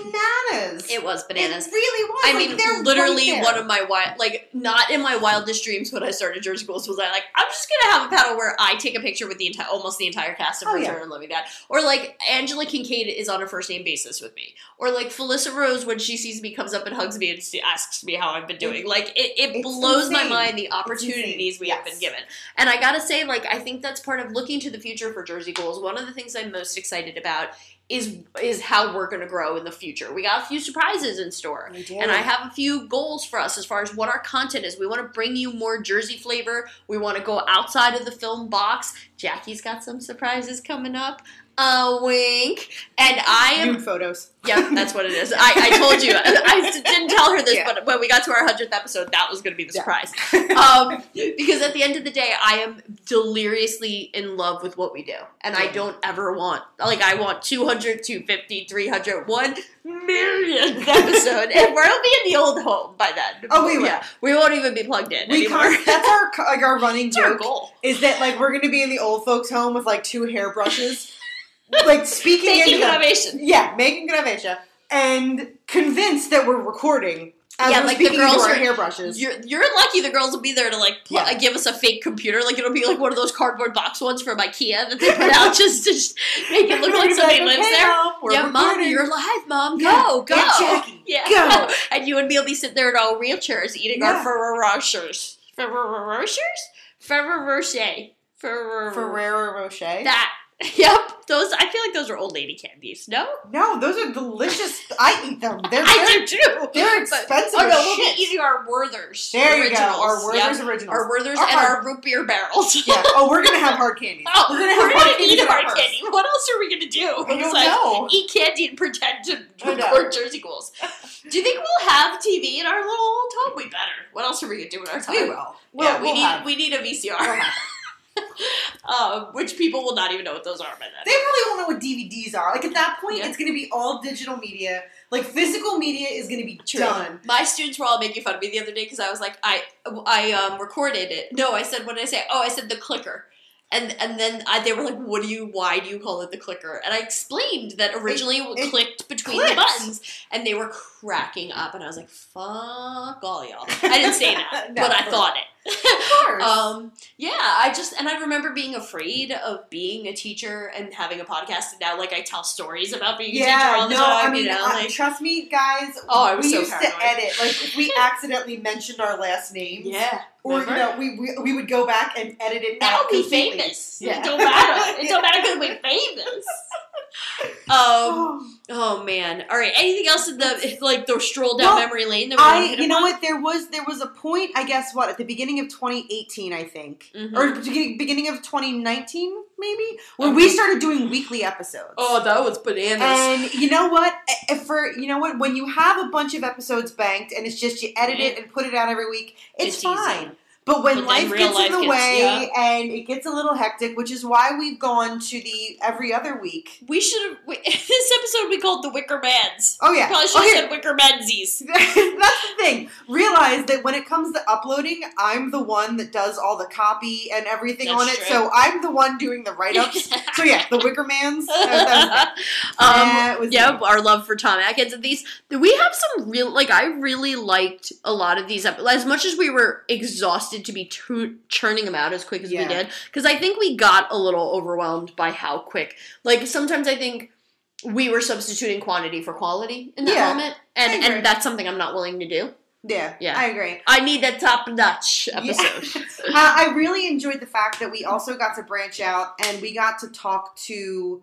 Speaker 7: bananas.
Speaker 8: It was bananas.
Speaker 7: It really was.
Speaker 8: I
Speaker 7: Like,
Speaker 8: mean,
Speaker 7: they're
Speaker 8: literally
Speaker 7: right there.
Speaker 8: one of my wild, like, not in my wildest dreams when I started Jersey Ghouls was I like, I'm just gonna have a paddle where I take a picture with the entire, almost the entire cast of
Speaker 7: Oh,
Speaker 8: Return
Speaker 7: yeah.
Speaker 8: and Living Dead, or like Angela Kincaid is on a first name basis with me, or like Felissa Rose when she sees me comes up and hugs me and se- asks me how I've been doing.
Speaker 7: It-
Speaker 8: like, it,
Speaker 7: it's
Speaker 8: it blows my
Speaker 7: insane.
Speaker 8: mind the
Speaker 7: insane.
Speaker 8: opportunities we have
Speaker 7: Yes.
Speaker 8: been given. And I gotta say, like, I think that's part of looking to the future for Jersey Ghouls. One of the things I'm most excited about is is how we're gonna grow in the future. We got a few surprises in store.
Speaker 7: We did.
Speaker 8: And I have a few goals for us as far as what our content is. We want to bring you more Jersey flavor. We want to go outside of the film box. Jackie's got some surprises coming up. A wink. And I am.
Speaker 7: Nude photos.
Speaker 8: Yeah, that's what it is. I, I told you. I didn't tell her this,
Speaker 7: Yeah.
Speaker 8: but when we got to our 100th episode, that was going to be the
Speaker 7: Yeah.
Speaker 8: surprise. um, because at the end of the day, I am deliriously in love with what we do. And I
Speaker 7: Yeah.
Speaker 8: don't ever want, like, I want 200, 250, 300, 1 millionth episode. and we'll be in the old home by then.
Speaker 7: Oh, we will.
Speaker 8: Yeah, we won't even be plugged in
Speaker 7: We
Speaker 8: anymore.
Speaker 7: con- that's our co- like our running
Speaker 8: That's our
Speaker 7: joke
Speaker 8: goal.
Speaker 7: is that like we're gonna be in the old folks' home with like two hairbrushes, like speaking
Speaker 8: Making
Speaker 7: into the-
Speaker 8: innovation.
Speaker 7: yeah, making good of Asia, and convinced that we're recording. As
Speaker 8: Yeah,
Speaker 7: we're
Speaker 8: like the
Speaker 7: speaking
Speaker 8: girls
Speaker 7: into our
Speaker 8: are-
Speaker 7: hairbrushes.
Speaker 8: You're, you're lucky the girls will be there to like pl-
Speaker 7: Yeah.
Speaker 8: give us a fake computer. Like it'll be like one of those cardboard box ones from IKEA that they put out just to just make it look like
Speaker 7: Everybody's
Speaker 8: somebody
Speaker 7: like,
Speaker 8: lives
Speaker 7: "Okay,
Speaker 8: there.
Speaker 7: now, we're
Speaker 8: yeah, mom,
Speaker 7: recording."
Speaker 8: you're live, mom.
Speaker 7: Yeah.
Speaker 8: Go, go.
Speaker 7: Yeah, Jackie,
Speaker 8: Yeah.
Speaker 7: go.
Speaker 8: And you and me will be sitting there in our wheelchairs eating
Speaker 7: Yeah.
Speaker 8: our Ferreroshers. Ferreroshers? Ferrero Ferrero.
Speaker 7: Ferrero Rocher.
Speaker 8: That. Yep. Those. I feel like those are old lady candies. No?
Speaker 7: no, those are delicious. I eat them. They're
Speaker 8: I
Speaker 7: very-
Speaker 8: do too.
Speaker 7: they're
Speaker 8: But-
Speaker 7: expensive
Speaker 8: oh no,
Speaker 7: as
Speaker 8: we'll
Speaker 7: shit.
Speaker 8: be eating our Werthers.
Speaker 7: there you
Speaker 8: originals.
Speaker 7: go. Our
Speaker 8: Yep.
Speaker 7: Werther's originals.
Speaker 8: Our Werthers
Speaker 7: Our
Speaker 8: and
Speaker 7: hard-
Speaker 8: our root beer barrels.
Speaker 7: yeah. Oh, we're gonna have hard candies.
Speaker 8: Oh, we're gonna,
Speaker 7: candies
Speaker 8: eat
Speaker 7: in
Speaker 8: hard
Speaker 7: purse.
Speaker 8: candy. What else are we gonna do?
Speaker 7: I don't
Speaker 8: It's like,
Speaker 7: know.
Speaker 8: Eat candy and pretend to
Speaker 7: I know.
Speaker 8: record Jersey Ghouls. Do you think we'll have TV in our little old home? We better. What else are we gonna do in our time?
Speaker 7: We will. We'll,
Speaker 8: yeah, we
Speaker 7: we'll
Speaker 8: need
Speaker 7: have-
Speaker 8: we need a
Speaker 7: we'll
Speaker 8: VCR,
Speaker 7: have.
Speaker 8: um, which people will not even know what those are by
Speaker 7: They
Speaker 8: then.
Speaker 7: probably won't know what DVDs are. Like at that point,
Speaker 8: Yeah.
Speaker 7: it's gonna be all digital media. Like physical media is gonna be
Speaker 8: True.
Speaker 7: done.
Speaker 8: My students were all making fun of me the other day because I was like, I I um, recorded it. No, I said what did I say? Oh, I said the clicker. And, and then I, they were like, "What do you? Why do you call it the clicker?" And I explained that originally it,
Speaker 7: it
Speaker 8: clicked between
Speaker 7: clicks.
Speaker 8: the buttons, and they were cracking up. And I was like, "Fuck all y'all!" I didn't say that,
Speaker 7: No,
Speaker 8: but
Speaker 7: of
Speaker 8: I
Speaker 7: course.
Speaker 8: thought it.
Speaker 7: Of course.
Speaker 8: Um, yeah, I just and I remember being afraid of being a teacher and having a podcast. And now, like, I tell stories about being a teacher all the time. you know,
Speaker 7: uh,
Speaker 8: like,
Speaker 7: trust me, guys.
Speaker 8: Oh, I was
Speaker 7: we
Speaker 8: so
Speaker 7: used
Speaker 8: paranoid.
Speaker 7: to edit. Like, if we accidentally mentioned our last name,
Speaker 8: yeah,
Speaker 7: or you
Speaker 8: remember?
Speaker 7: know, we, we we would go back and edit it.
Speaker 8: That'll
Speaker 7: out
Speaker 8: be
Speaker 7: completely.
Speaker 8: famous.
Speaker 7: Yeah.
Speaker 8: It don't matter. It don't matter because we're famous. Um.
Speaker 7: Oh,
Speaker 8: Oh man. All right. Anything else in the like the stroll down
Speaker 7: Well,
Speaker 8: memory lane that we wanna
Speaker 7: I,
Speaker 8: hit
Speaker 7: you know
Speaker 8: upon?
Speaker 7: what? There was there was a point. I guess what at the beginning of 2018, I think,
Speaker 8: Mhm.
Speaker 7: or begin- beginning of 2019, maybe, where we started doing weekly episodes.
Speaker 8: Mm-hmm. Oh, that was bananas.
Speaker 7: And you know what? If for you know what, when you have a bunch of episodes banked and it's just you edit it and put it out every week, it's,
Speaker 8: Mm-hmm. It's easy.
Speaker 7: fine. But when
Speaker 8: But then
Speaker 7: life
Speaker 8: real
Speaker 7: gets in
Speaker 8: life
Speaker 7: the
Speaker 8: gets-
Speaker 7: way and it gets a little hectic, which is why we've gone to the every other week.
Speaker 8: we should have we- this episode we called the Wicker Mans.
Speaker 7: Oh yeah.
Speaker 8: Probably should
Speaker 7: Oh,
Speaker 8: have
Speaker 7: here.
Speaker 8: said Wicker Menzies.
Speaker 7: That's the thing. Realize that when it comes to uploading, I'm the one that does all the copy and everything
Speaker 8: That's
Speaker 7: on it.
Speaker 8: true.
Speaker 7: So I'm the one doing the write ups. so yeah, the Wickermans. That, that was,
Speaker 8: um,
Speaker 7: that was
Speaker 8: yeah,
Speaker 7: me.
Speaker 8: Um, our love for Tom Atkins. And these, we have some real, like, I really liked a lot of these. ep- As much as we were exhausted to be tu- churning them out as quick as
Speaker 7: Yeah.
Speaker 8: we did, because I think we got a little overwhelmed by how quick. Like, sometimes I think we were substituting quantity for quality in that
Speaker 7: Yeah,
Speaker 8: moment.
Speaker 7: I
Speaker 8: And,
Speaker 7: agree.
Speaker 8: and that's something I'm not willing to do.
Speaker 7: yeah,
Speaker 8: Yeah.
Speaker 7: I agree.
Speaker 8: I need that top notch
Speaker 7: Yeah.
Speaker 8: episode.
Speaker 7: Uh, I really enjoyed the fact that we also got to branch out and we got to talk to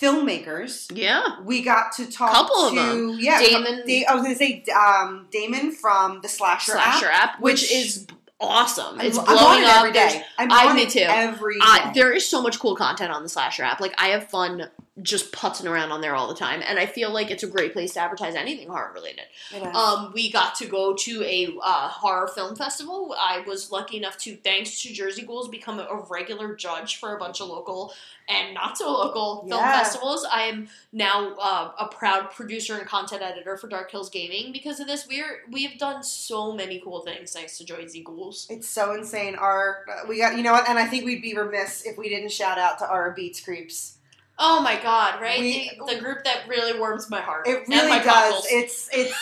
Speaker 7: filmmakers.
Speaker 8: Yeah.
Speaker 7: We got to talk
Speaker 8: Couple of
Speaker 7: to
Speaker 8: them.
Speaker 7: yeah,
Speaker 8: Damon-
Speaker 7: Da- I was gonna say um, Damon from the Slasher,
Speaker 8: Slasher
Speaker 7: app.
Speaker 8: app, which,
Speaker 7: which-
Speaker 8: is awesome.
Speaker 7: I'm-
Speaker 8: it's
Speaker 7: I'm
Speaker 8: blowing
Speaker 7: on it
Speaker 8: up.
Speaker 7: every
Speaker 8: There's
Speaker 7: day. I'm
Speaker 8: I-
Speaker 7: on
Speaker 8: me
Speaker 7: it
Speaker 8: too.
Speaker 7: Every
Speaker 8: I,
Speaker 7: day.
Speaker 8: there is so much cool content on the slasher app. Like I have fun just putzing around on there all the time. And I feel like it's a great place to advertise anything horror related.
Speaker 7: Uh,
Speaker 8: Um, we got to go to a uh, horror film festival. I was lucky enough to, thanks to Jersey Ghouls, become a regular judge for a bunch of local and not so local film
Speaker 7: Yeah.
Speaker 8: festivals. I am now uh, a proud producer and content editor for Dark Hills Gaming because of this. We're we have done so many cool things thanks to Jersey Ghouls.
Speaker 7: it's so insane. Our uh, we got you know what, and I think we'd be remiss if we didn't shout out to our Beats Creeps.
Speaker 8: Oh my god! Right,
Speaker 7: We-
Speaker 8: the, the group that really warms my heart.
Speaker 7: It
Speaker 8: and my
Speaker 7: really does.
Speaker 8: cockles.
Speaker 7: It's it's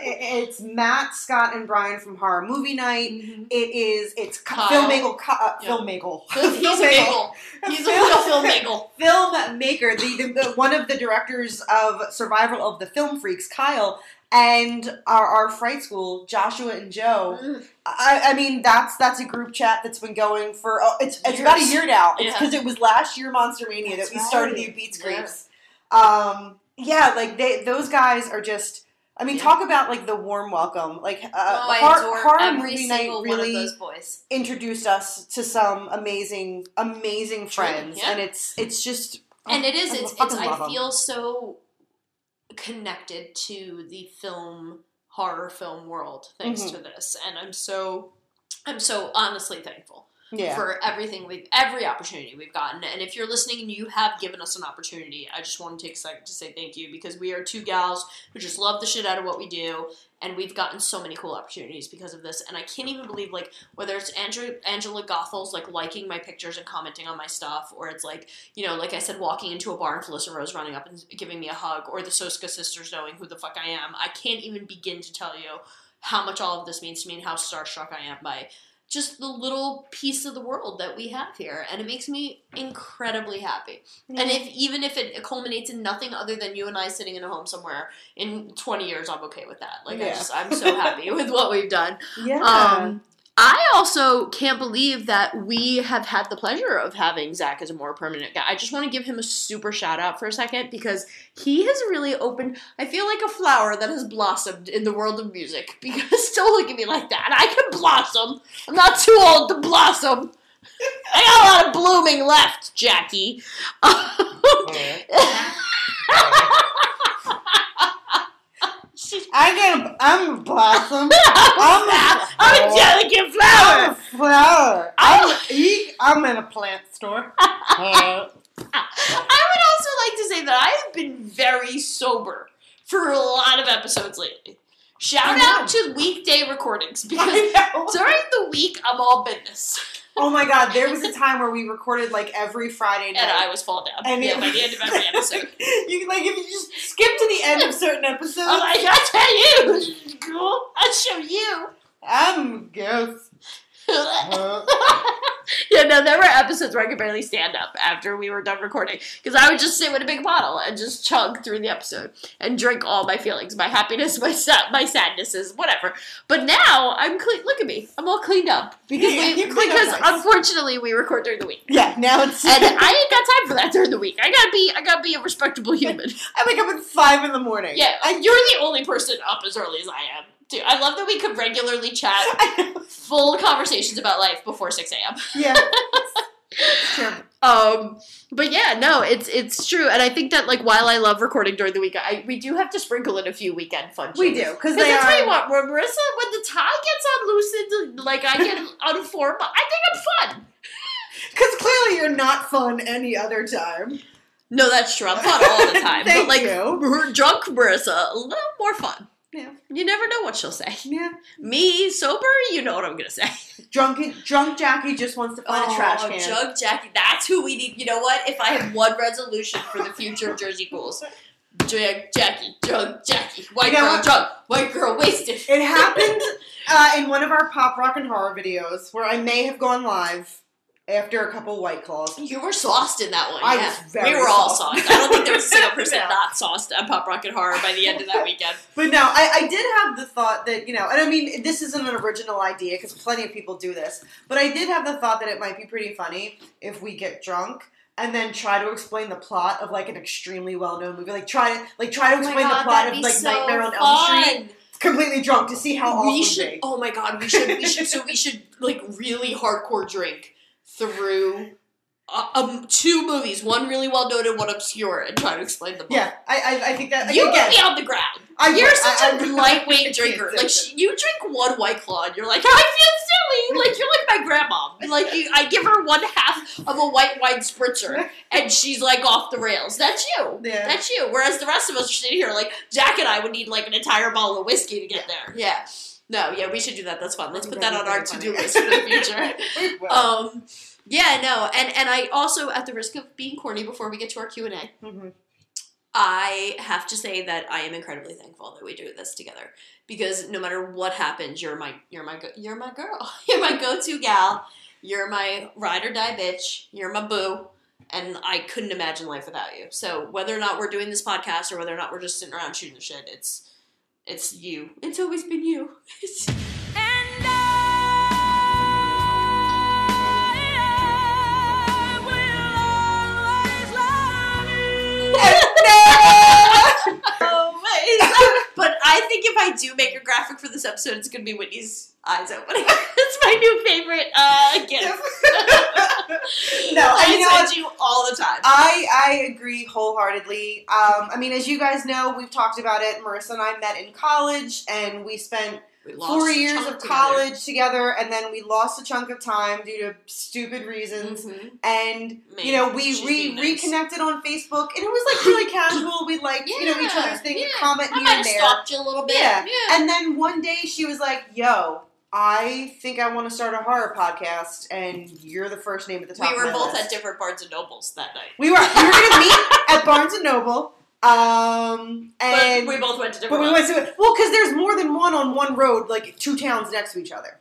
Speaker 7: it's Matt, Scott, and Brian from Horror Movie Night.
Speaker 8: Mhm.
Speaker 7: It is. It's co-
Speaker 8: Kyle.
Speaker 7: filmmaker. Co- uh,
Speaker 8: Yeah.
Speaker 7: Filmmaker.
Speaker 8: He's a bagel. He's a real film bagel.
Speaker 7: filmmaker. The, the, the one of the directors of Survival of the Film Freaks, Kyle, and our, our fright school, Joshua and Joe.
Speaker 8: Mm-hmm. Mm.
Speaker 7: I, I mean, that's that's a group chat that's been going for oh, it's it's about a
Speaker 8: Years.
Speaker 7: year now. It's
Speaker 8: Yeah.
Speaker 7: because it was last year Monster Mania
Speaker 8: That's
Speaker 7: that we started
Speaker 8: right.
Speaker 7: the Beats
Speaker 8: Yeah.
Speaker 7: Creeps. Um, yeah, like they those guys are just. I mean,
Speaker 8: Yeah.
Speaker 7: talk about like the warm welcome. Like uh,
Speaker 8: oh, I
Speaker 7: hor-
Speaker 8: adore
Speaker 7: horror
Speaker 8: every
Speaker 7: movie night
Speaker 8: single
Speaker 7: really
Speaker 8: one of those boys.
Speaker 7: introduced us to some amazing, amazing friends,
Speaker 8: yeah.
Speaker 7: and it's it's just
Speaker 8: and it is
Speaker 7: Oh, I
Speaker 8: it's, it's
Speaker 7: fucking love
Speaker 8: i
Speaker 7: 'em.
Speaker 8: feel so connected to the film horror film world thanks
Speaker 7: Mhm.
Speaker 8: to this and i'm so i'm so honestly thankful
Speaker 7: yeah.
Speaker 8: for everything we've every opportunity we've gotten and if you're listening and you have given us an opportunity i just want to take a second to say thank you because we are two gals who just love the shit out of what we do and we've gotten so many cool opportunities because of this and i can't even believe like whether it's Andrew, angela gothel's like liking my pictures and commenting on my stuff or it's like you know like i said walking into a bar and Felissa rose running up and giving me a hug or the soska sisters knowing who the fuck i am i can't even begin to tell you how much all of this means to me and how starstruck i am by just the little piece of the world that we have here and it makes me incredibly happy and if even if it culminates in nothing other than you and i sitting in a home somewhere in 20 years i'm okay with that like i
Speaker 7: Yeah.
Speaker 8: just i'm so happy with what we've done
Speaker 7: yeah.
Speaker 8: um I also can't believe that we have had the pleasure of having Zach as a more permanent guy. I just want to give him a super shout out for a second because he has really opened. I feel like a flower that has blossomed in the world of music because don't look at me like that. I can blossom. I'm not too old to blossom. I got a lot of blooming left, Jackie.
Speaker 7: I can. I'm a blossom.
Speaker 8: I'm, a, I'm a delicate flower.
Speaker 7: I'm a flower.
Speaker 8: I'm-
Speaker 7: I'm, eat- I'm in a plant store.
Speaker 8: I would also like to say that I have been very sober for a lot of episodes lately. Shout out to weekday recordings because
Speaker 7: I know.
Speaker 8: during the week I'm all business
Speaker 7: Oh my god, there was a time where we recorded like every Friday night.
Speaker 8: and I was fall down.
Speaker 7: And
Speaker 8: yeah,
Speaker 7: it
Speaker 8: by the end of every episode.
Speaker 7: you can, like if you just skip to the end of certain episodes.
Speaker 8: I'm like, Oh, I tell you, girl, I'll show you.
Speaker 7: I'm a ghost. Huh?
Speaker 8: yeah, no, there were episodes where I could barely stand up after we were done recording because I would just sit with a big bottle and just chug through the episode and drink all my feelings, my happiness, my sa- my sadnesses, whatever. But now I'm clean. Look at me, I'm all cleaned up because
Speaker 7: Yeah,
Speaker 8: we,
Speaker 7: you cleaned up
Speaker 8: because
Speaker 7: nice.
Speaker 8: unfortunately we record during the week.
Speaker 7: yeah, now it's.
Speaker 8: And I ain't got time for that during the week. I gotta be, I gotta be a respectable human.
Speaker 7: I wake up at five in the morning.
Speaker 8: Yeah, and you're the only person up as early as I am. Dude, I love that we could regularly chat full conversations about life before six a.m.
Speaker 7: yeah. It's terrible.
Speaker 8: Um, but yeah, no, it's it's true, and I think that like while I love recording during the week, I we do have to sprinkle in a few weekend functions.
Speaker 7: We do because
Speaker 8: Because
Speaker 7: they
Speaker 8: that's what you
Speaker 7: are.
Speaker 8: want. Where Marissa, when the tie gets on Lucid, like I get on form, I think I'm fun.
Speaker 7: Because clearly you're not fun any other time.
Speaker 8: No, that's true. I'm fun all the time. but
Speaker 7: Thank
Speaker 8: like
Speaker 7: you.
Speaker 8: we're drunk Marissa, a little more fun.
Speaker 7: Yeah.
Speaker 8: You never know what she'll say.
Speaker 7: Yeah.
Speaker 8: Me sober, you know what I'm gonna say.
Speaker 7: Drunk, drunk Jackie just wants to find a trash can.
Speaker 8: Oh, Jug Jackie. That's who we need. You know what? If I have one resolution for the future of Jersey Ghouls, Jug Jackie, Jug Jackie, white
Speaker 7: You know
Speaker 8: girl
Speaker 7: what?
Speaker 8: drunk, white girl wasted.
Speaker 7: It happened uh, in one of our pop rock and horror videos where I may have gone live after a couple white claws.
Speaker 8: You were sauced in that one.
Speaker 7: I
Speaker 8: yeah.
Speaker 7: was very
Speaker 8: we were all
Speaker 7: sauced.
Speaker 8: sauced. I don't think there was a single person
Speaker 7: Yeah.
Speaker 8: not sauced at Pop Rocket Horror by the end of that weekend.
Speaker 7: But no, I, I did have the thought that, you know, and I mean, this isn't an original idea because plenty of people do this, but I did have the thought that it might be pretty funny if we get drunk. And then try to explain the plot of like an extremely well-known movie. Like try to like try
Speaker 8: Oh
Speaker 7: to explain the plot of like Nightmare on Elm Street completely drunk to see how awful
Speaker 8: we
Speaker 7: it
Speaker 8: should.
Speaker 7: would be.
Speaker 8: Oh my god, we should. We should. so we should like really hardcore drink through a, um, two movies, one really well noted, one obscure, and try to explain them. both.
Speaker 7: Yeah, I, I, I think that
Speaker 8: you would
Speaker 7: again,
Speaker 8: be on the ground.
Speaker 7: I,
Speaker 8: You're
Speaker 7: I-
Speaker 8: such a
Speaker 7: I-
Speaker 8: lightweight drinker. Like sh- you drink one white claw, and you're like, I feel silly. Like you're like my grandma. Like you, I give her one half of a white wine spritzer, and she's like off the rails. That's you.
Speaker 7: Yeah.
Speaker 8: That's you. Whereas the rest of us are sitting here like Jack and I would need like an entire bottle of whiskey to get there. Yeah. No, yeah, we should do that. That's fun. Let's put that on our to do list for the future.
Speaker 7: Well,
Speaker 8: Um, yeah, no, and and I also, at the risk of being corny, before we get to our Q and A,
Speaker 7: mhm.
Speaker 8: I have to say that I am incredibly thankful that we do this together because no matter what happens, you're my you're my go- you're my girl, you're my go-to gal, you're my ride or die bitch, you're my boo, and I couldn't imagine life without you. So whether or not we're doing this podcast or whether or not we're just sitting around shooting the shit, it's it's you. It's always been you. Oh, wait. but I think if I do make a graphic for this episode, it's going to be Whitney's eyes opening. it's my new favorite uh, gift.
Speaker 7: no,
Speaker 8: I
Speaker 7: I you know what?
Speaker 8: send you all the time.
Speaker 7: I, I agree wholeheartedly. Um, I mean, as you guys know, we've talked about it. Marissa and I met in college, and we spent
Speaker 8: We lost
Speaker 7: four
Speaker 8: a
Speaker 7: years
Speaker 8: chunk
Speaker 7: of
Speaker 8: together.
Speaker 7: college together. and then we lost a chunk of time due to stupid reasons.
Speaker 8: Mhm.
Speaker 7: And
Speaker 8: Man,
Speaker 7: you know, we
Speaker 8: she's
Speaker 7: re-
Speaker 8: being nice.
Speaker 7: reconnected on Facebook, and it was like really casual. We like you know each other's thing,
Speaker 8: Yeah,
Speaker 7: comment
Speaker 8: I
Speaker 7: here
Speaker 8: might
Speaker 7: and
Speaker 8: have
Speaker 7: there.
Speaker 8: stalked you a little bit.
Speaker 7: Yeah.
Speaker 8: Yeah.
Speaker 7: And then one day she was like, "Yo, I think I want to start a horror podcast," and you're the first name at the top.
Speaker 8: we
Speaker 7: of
Speaker 8: were
Speaker 7: my
Speaker 8: both
Speaker 7: list.
Speaker 8: at different Barnes and Nobles that night.
Speaker 7: We were we were gonna meet at Barnes and Noble. Um,
Speaker 8: but
Speaker 7: and
Speaker 8: we both went to
Speaker 7: but
Speaker 8: different
Speaker 7: we
Speaker 8: ones.
Speaker 7: went to it. Well, because there's more than one on one road, like two towns next to each other.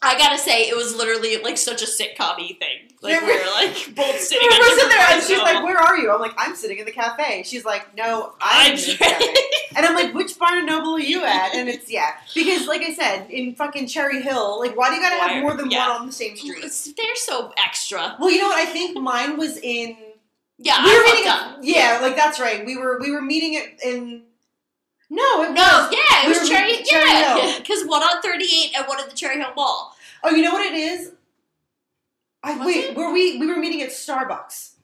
Speaker 8: I gotta say, it was literally like such a sitcom y thing. Like,
Speaker 7: Yeah,
Speaker 8: we
Speaker 7: we-
Speaker 8: were like both sitting
Speaker 7: We're
Speaker 8: at different
Speaker 7: sitting there, and
Speaker 8: Barnes
Speaker 7: she's like,
Speaker 8: Noble.
Speaker 7: "Where are you?" I'm like, "I'm sitting in the cafe." She's like, "No, I'm,
Speaker 8: I'm
Speaker 7: in the cafe." And I'm like, "Which Barnes and Noble are you at?" And it's yeah, because like I said, in fucking Cherry Hill, like, why do you gotta have
Speaker 8: Why-
Speaker 7: more than
Speaker 8: yeah.
Speaker 7: one on the same street?
Speaker 8: They're so extra.
Speaker 7: Well, you know what? I think mine was in.
Speaker 8: Yeah,
Speaker 7: we
Speaker 8: I
Speaker 7: were
Speaker 8: fucked
Speaker 7: meeting.
Speaker 8: up.
Speaker 7: At, yeah, like that's right. We were we were meeting it in. No, it
Speaker 8: No,
Speaker 7: was.
Speaker 8: yeah, it
Speaker 7: Oh, We were
Speaker 8: was Cherry,
Speaker 7: meeting Cherry
Speaker 8: yeah,
Speaker 7: Hill.
Speaker 8: because one on thirty eight and one at the Cherry Hill Mall.
Speaker 7: Oh, you know what it is? I
Speaker 8: Was
Speaker 7: wait.
Speaker 8: it?
Speaker 7: Were we we were meeting at Starbucks?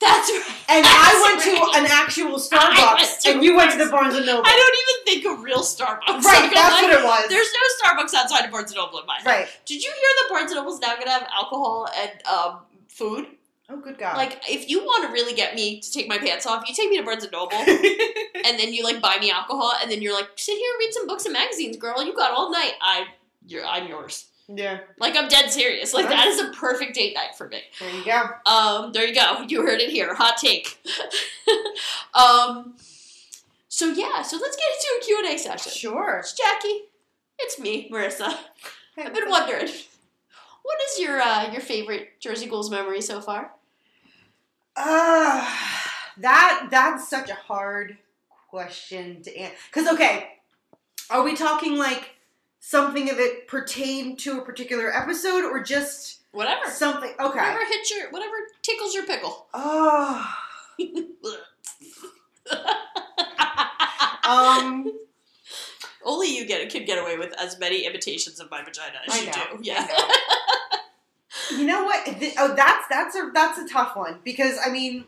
Speaker 8: That's right.
Speaker 7: And
Speaker 8: That's
Speaker 7: I went
Speaker 8: right.
Speaker 7: to an actual
Speaker 8: I went
Speaker 7: Starbucks,
Speaker 8: to
Speaker 7: and you went to the Barnes and Noble.
Speaker 8: I don't even think of real Starbucks.
Speaker 7: right,
Speaker 8: Like,
Speaker 7: that's
Speaker 8: I'm
Speaker 7: what
Speaker 8: like,
Speaker 7: it was.
Speaker 8: There's no Starbucks outside of Barnes and Noble in my head.
Speaker 7: right.
Speaker 8: Did you hear that Barnes and Noble's now gonna have alcohol and um, food?
Speaker 7: Oh, good God.
Speaker 8: Like, if you want to really get me to take my pants off, you take me to Barnes and Noble, and then you like buy me alcohol, and then you're like, sit here, read some books and magazines, girl. You got all night. I, you're, I'm yours.
Speaker 7: yeah.
Speaker 8: Like, I'm dead serious. Like, that is a perfect date night for me.
Speaker 7: There you go.
Speaker 8: Um, there you go. You heard it here. Hot take. um, so yeah, so let's get into a Q and A session.
Speaker 7: Sure.
Speaker 8: It's Jackie. It's me, Marissa. I've been
Speaker 7: Hey,
Speaker 8: wondering, what is your uh, your favorite Jersey Ghouls memory so far?
Speaker 7: Uh, that that's such a hard question to answer. Because okay, are we talking like something of it pertained to a particular episode, or just
Speaker 8: Whatever.
Speaker 7: something? Okay.
Speaker 8: Whatever hits your whatever tickles your pickle.
Speaker 7: Oh. Um.
Speaker 8: Only you get can get away with as many imitations of my vagina as
Speaker 7: I
Speaker 8: you
Speaker 7: know,
Speaker 8: do. Yeah.
Speaker 7: I know. you know what? Th- oh, that's that's a that's a tough one because I mean,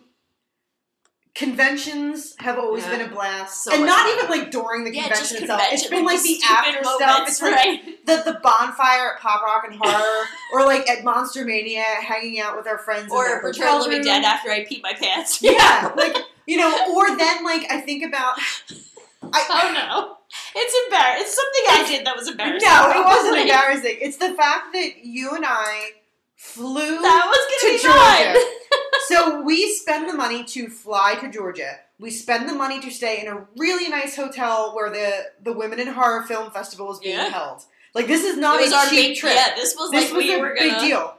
Speaker 7: conventions have always
Speaker 8: Yeah.
Speaker 7: been a blast,
Speaker 8: So
Speaker 7: and
Speaker 8: much
Speaker 7: not
Speaker 8: fun.
Speaker 7: even like during the
Speaker 8: Yeah, just
Speaker 7: convention itself.
Speaker 8: convention.
Speaker 7: It's been like the
Speaker 8: stupid
Speaker 7: after stuff.
Speaker 8: moments,
Speaker 7: It's like
Speaker 8: right?
Speaker 7: the the bonfire at Pop Rock and Horror, or like at Monster Mania, hanging out with our friends. in
Speaker 8: or
Speaker 7: their
Speaker 8: Return
Speaker 7: hotel
Speaker 8: of the Living
Speaker 7: room.
Speaker 8: Dead after I pee my pants.
Speaker 7: Yeah, like you know, or then like I think about. I,
Speaker 8: Oh no. It's embarrassing. It's something I did that was embarrassing.
Speaker 7: No, it wasn't
Speaker 8: probably.
Speaker 7: embarrassing. It's the fact that you and I flew
Speaker 8: That was
Speaker 7: to
Speaker 8: gonna be
Speaker 7: Georgia.
Speaker 8: mine.
Speaker 7: so we spend the money to fly to Georgia. We spend the money to stay in a really nice hotel where the the Women in Horror Film Festival is being
Speaker 8: Yeah.
Speaker 7: held. Like this is not
Speaker 8: it was
Speaker 7: a
Speaker 8: our
Speaker 7: cheap
Speaker 8: big
Speaker 7: trip.
Speaker 8: Yeah, this was
Speaker 7: This
Speaker 8: like
Speaker 7: was
Speaker 8: we
Speaker 7: a
Speaker 8: were
Speaker 7: big
Speaker 8: gonna,
Speaker 7: deal.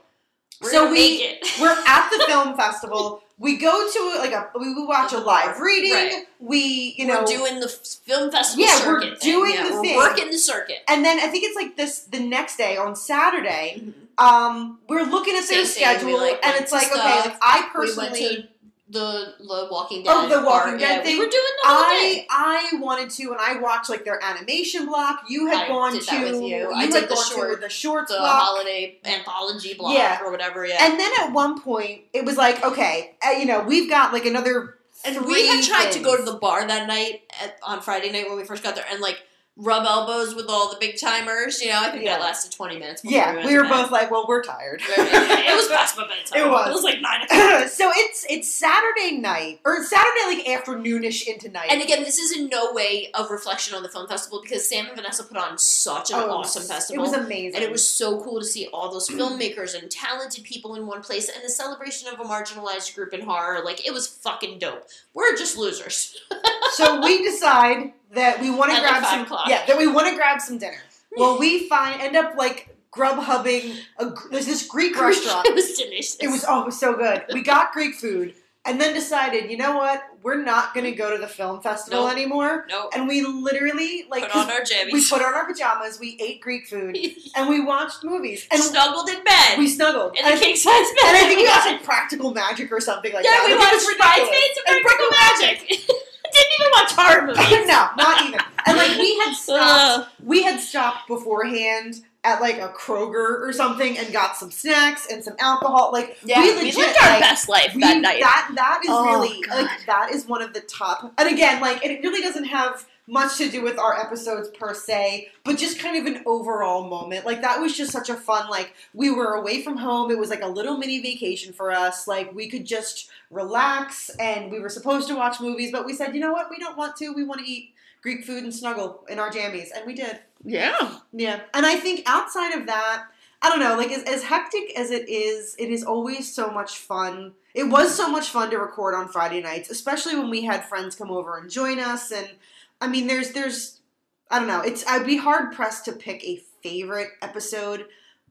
Speaker 8: We're
Speaker 7: So
Speaker 8: gonna
Speaker 7: we-
Speaker 8: make it.
Speaker 7: We're at the film festival. We go to like a we, we watch a live reading.
Speaker 8: Right.
Speaker 7: We you know
Speaker 8: we're doing the f- film festival
Speaker 7: Yeah, we're
Speaker 8: circuit.
Speaker 7: doing
Speaker 8: thing. Yeah,
Speaker 7: the
Speaker 8: we're
Speaker 7: thing.
Speaker 8: working the circuit.
Speaker 7: and then I think it's like this the next day on Saturday. Um, we're looking at their
Speaker 8: Same thing, we,
Speaker 7: schedule
Speaker 8: like,
Speaker 7: and
Speaker 8: went
Speaker 7: it's
Speaker 8: to
Speaker 7: like okay,
Speaker 8: stuff.
Speaker 7: like I
Speaker 8: We went
Speaker 7: personally
Speaker 8: to the the Walking Dead.
Speaker 7: Oh, the Walking
Speaker 8: part.
Speaker 7: Dead
Speaker 8: yeah,
Speaker 7: thing.
Speaker 8: We were doing the whole thing.
Speaker 7: I I wanted to, and I watched like their animation block. You had
Speaker 8: I
Speaker 7: gone
Speaker 8: did
Speaker 7: to
Speaker 8: that with you. I
Speaker 7: had
Speaker 8: did the
Speaker 7: gone
Speaker 8: short-
Speaker 7: to the shorts
Speaker 8: The
Speaker 7: block.
Speaker 8: holiday anthology block
Speaker 7: Yeah.
Speaker 8: or whatever. Yeah,
Speaker 7: And then at one point, it was like, okay, uh, you know, we've got like another.
Speaker 8: And we had
Speaker 7: three
Speaker 8: tried to
Speaker 7: things.
Speaker 8: go to the bar that night at, on Friday night when we first got there and like rub elbows with all the big timers. You know, I think
Speaker 7: Yeah.
Speaker 8: that lasted 20 minutes. before
Speaker 7: Yeah,
Speaker 8: went
Speaker 7: we
Speaker 8: to
Speaker 7: were
Speaker 8: bed.
Speaker 7: both like, well, we're tired.
Speaker 8: it was past my bedtime.
Speaker 7: It was.
Speaker 8: It was like 9 o'clock.
Speaker 7: so it's it's Saturday night or it's Saturday like afternoonish into night.
Speaker 8: And again, this is in no way of reflection on the film festival because Sam and Vanessa put on such an
Speaker 7: Oh, it was-
Speaker 8: awesome festival.
Speaker 7: It was amazing,
Speaker 8: and it was so cool to see all those filmmakers and talented people in one place and the celebration of a marginalized group in horror. Like, it was fucking dope. We're just losers.
Speaker 7: so we decide that we want to
Speaker 8: At, like,
Speaker 7: grab
Speaker 8: five
Speaker 7: some.
Speaker 8: o'clock.
Speaker 7: Yeah, that we want to grab some dinner. Well, we find end up like grub hubbing. A, gr- there's this Greek restaurant.
Speaker 8: it was delicious.
Speaker 7: It was oh, it was so good. We got Greek food, and then decided, you know what? We're not going to go to the film festival
Speaker 8: Nope.
Speaker 7: anymore.
Speaker 8: No,
Speaker 7: And we literally like
Speaker 8: put on our jammies.
Speaker 7: we put on our pajamas, we ate Greek food, and we watched movies,
Speaker 8: and
Speaker 7: and
Speaker 8: snuggled in bed.
Speaker 7: we snuggled.
Speaker 8: in
Speaker 7: And I
Speaker 8: the king size bed.
Speaker 7: And I think we watched like Practical Magic or something like
Speaker 8: yeah,
Speaker 7: that.
Speaker 8: we
Speaker 7: Like, it was
Speaker 8: watched Bridesmaids and Practical Magic. Didn't even watch horror movies.
Speaker 7: ridiculous. no, not even. And like we had stopped, we had stopped beforehand at like a Kroger or something and got some snacks and some alcohol. Like
Speaker 8: yeah,
Speaker 7: we
Speaker 8: we,
Speaker 7: legit
Speaker 8: lived our
Speaker 7: like,
Speaker 8: best life
Speaker 7: we-
Speaker 8: that night.
Speaker 7: That that is
Speaker 8: Oh,
Speaker 7: really
Speaker 8: God.
Speaker 7: like that is one of the top. And again, like it really doesn't have much to do with our episodes per se, but just kind of an overall moment. Like that was just such a fun. Like we were away from home. It was like a little mini vacation for us. Like we could just relax, and we were supposed to watch movies, but we said, you know what? We don't want to. We want to eat Greek food and snuggle in our jammies, and we did.
Speaker 8: yeah.
Speaker 7: Yeah. And I think outside of that, I don't know, like as, as hectic as it is, it is always so much fun. It was so much fun to record on Friday nights, especially when we had friends come over and join us and I mean there's there's I don't know, it's I'd be hard pressed to pick a favorite episode.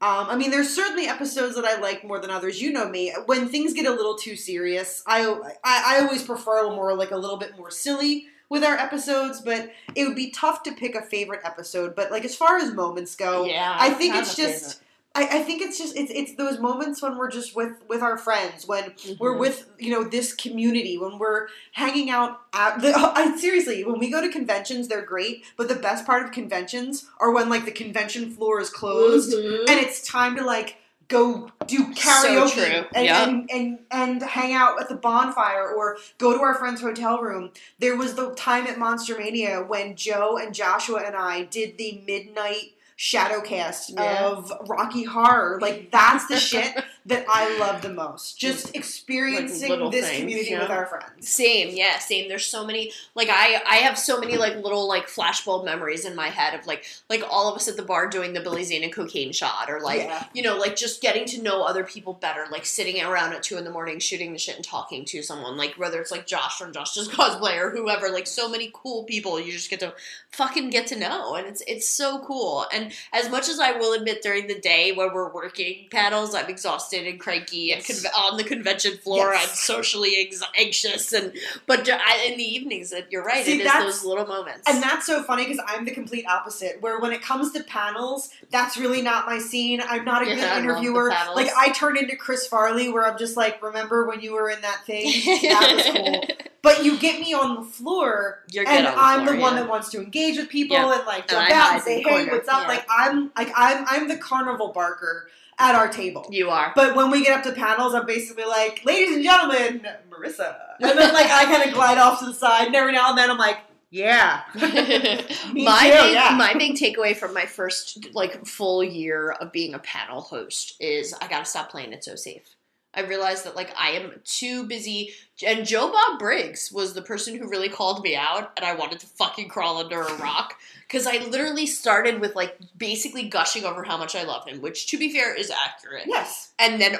Speaker 7: Um, I mean, there's certainly episodes that I like more than others. You know me. When things get a little too serious, I I, I always prefer when we're like a little bit more silly with our episodes. But it would be tough to pick a favorite episode, but like as far as moments go,
Speaker 8: yeah.
Speaker 7: I think it's just I, I think it's just it's it's those moments when we're just with with our friends, when we're with you know this community, when we're hanging out at the I, seriously, when we go to conventions, they're great, but the best part of conventions are when like the convention floor is
Speaker 8: Mm-hmm.
Speaker 7: closed and it's time to like go do karaoke
Speaker 8: true.
Speaker 7: And,
Speaker 8: Yeah.
Speaker 7: and, and and hang out at the bonfire or go to our friend's hotel room. There was the time at Monster Mania when Joe and Joshua and I did the midnight shadow cast
Speaker 8: Yeah.
Speaker 7: of Rocky Horror. Like that's the shit that I love the most. Just experiencing
Speaker 8: little
Speaker 7: this
Speaker 8: things,
Speaker 7: community
Speaker 8: yeah.
Speaker 7: with our friends.
Speaker 8: Same, yeah, same. There's so many like I I have so many like little like flashbulb memories in my head of like like all of us at the bar doing the Billy Zane and cocaine shot or like
Speaker 7: Yeah.
Speaker 8: you know like just getting to know other people better like sitting around at two in the morning shooting the shit and talking to someone like whether it's like Josh from Josh Just Cosplay or whoever like so many cool people you just get to fucking get to know and it's it's so cool and as much as I will admit during the day when we're working panels, I'm exhausted and cranky and
Speaker 7: Yes.
Speaker 8: con- on the convention floor.
Speaker 7: Yes.
Speaker 8: I'm socially ex- anxious and but ju- I, in the evenings, that you're right,
Speaker 7: See,
Speaker 8: it is
Speaker 7: that's-
Speaker 8: those little moments.
Speaker 7: And that's so funny because I'm the complete opposite. Where when it comes to panels, that's really not my scene. I'm not a
Speaker 8: Yeah,
Speaker 7: good
Speaker 8: I love the
Speaker 7: interviewer.
Speaker 8: panels.
Speaker 7: Like I turn into Chris Farley, where I'm just like, remember when you were in that thing? That was cool. But you get me on the floor,
Speaker 8: You're good
Speaker 7: and
Speaker 8: on the
Speaker 7: I'm
Speaker 8: floor,
Speaker 7: the one
Speaker 8: yeah.
Speaker 7: that wants to engage with people
Speaker 8: Yeah.
Speaker 7: and like
Speaker 8: And
Speaker 7: jump
Speaker 8: I
Speaker 7: out
Speaker 8: hide in
Speaker 7: and say,
Speaker 8: the
Speaker 7: "Hey,
Speaker 8: corner."
Speaker 7: what's up?"
Speaker 8: Yeah.
Speaker 7: Like I'm like I'm I'm the carnival barker at our table.
Speaker 8: you are.
Speaker 7: But when we get up to panels, I'm basically like, ladies and gentlemen, Marissa. And then like I kind of glide off to the side, and every now and then I'm like, yeah.
Speaker 8: my big,
Speaker 7: too, yeah.
Speaker 8: my big takeaway from my first like full year of being a panel host is I gotta stop playing it so safe. I realized that like I am too busy, and Joe Bob Briggs was the person who really called me out, and I wanted to fucking crawl under a rock because I literally started with like basically gushing over how much I love him, which to be fair is accurate
Speaker 7: Yes.
Speaker 8: and then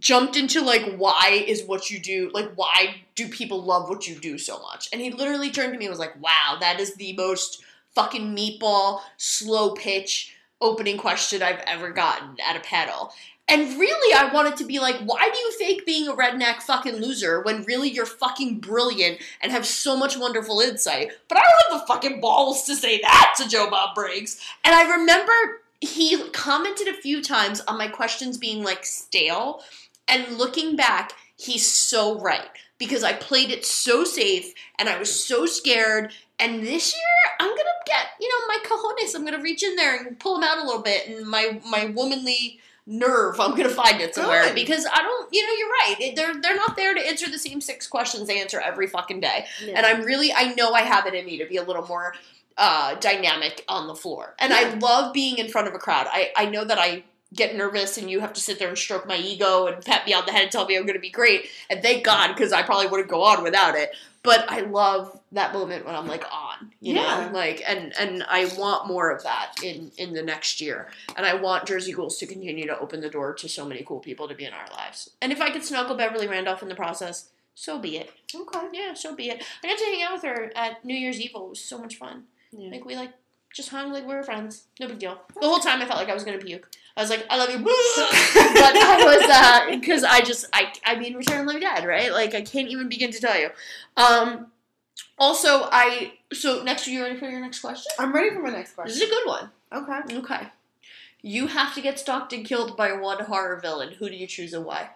Speaker 8: jumped into like why is what you do like why do people love what you do so much and he literally turned to me and was like wow that is the most fucking meatball slow pitch opening question i've ever gotten at a panel and really i wanted to be like why do you fake being a redneck fucking loser when really you're fucking brilliant and have so much wonderful insight but i don't have the fucking balls to say that to joe bob briggs and i remember he commented a few times on my questions being like stale and looking back he's so right because I played it so safe and I was so scared. And this year, I'm gonna get you know my cojones. I'm gonna reach in there and pull them out a little bit, and my my womanly nerve. I'm gonna find it somewhere
Speaker 7: Good.
Speaker 8: because I don't. You know, you're right. It- They're they're not there to answer the same six questions they answer every fucking day. And I'm really, I know I have it in me to be a little more uh, dynamic on the floor. And I love being in front of a crowd. I, I know that I get nervous and you have to sit there and stroke my ego and pat me on the head and tell me I'm going to be great. And thank God, because I probably wouldn't go on without it. But I love that moment when I'm like on, you
Speaker 7: Yeah.
Speaker 8: know, like and and I want more of that in in the next year, and I want Jersey Ghouls to continue to open the door to so many cool people to be in our lives. And if I could snuggle Beverly Randolph in the process, so be it.
Speaker 7: Okay.
Speaker 8: Yeah, so be it. I got to hang out with her at New Year's Eve. It was so much fun.
Speaker 7: Yeah.
Speaker 8: Like we like just hung like we were friends. No big deal. The whole time I felt like I was gonna puke. I was like, I love you, but I was because I just I I mean, Return of the Living Dead, right? Like I can't even begin to tell you. Um, also, I so next you ready for your next question?
Speaker 7: I'm ready for my next
Speaker 8: This is
Speaker 7: question.
Speaker 8: a good one.
Speaker 7: Okay.
Speaker 8: Okay, you have to get stalked and killed by one horror villain. Who do you choose and why?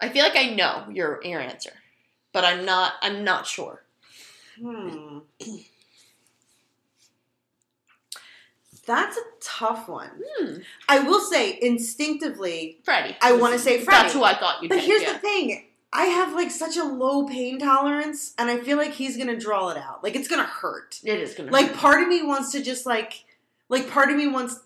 Speaker 8: I feel like I know your your answer, but I'm not. I'm not sure.
Speaker 7: Hmm. That's a tough one.
Speaker 8: Hmm.
Speaker 7: I will say instinctively,
Speaker 8: Freddy.
Speaker 7: I wanna say Freddy.
Speaker 8: That's who I thought you.
Speaker 7: but
Speaker 8: picked,
Speaker 7: here's
Speaker 8: yeah.
Speaker 7: the thing. I have like such a low pain tolerance, and I feel like he's gonna draw it out. Like it's gonna hurt.
Speaker 8: It is gonna
Speaker 7: Like part of me wants to just like, like part of me wants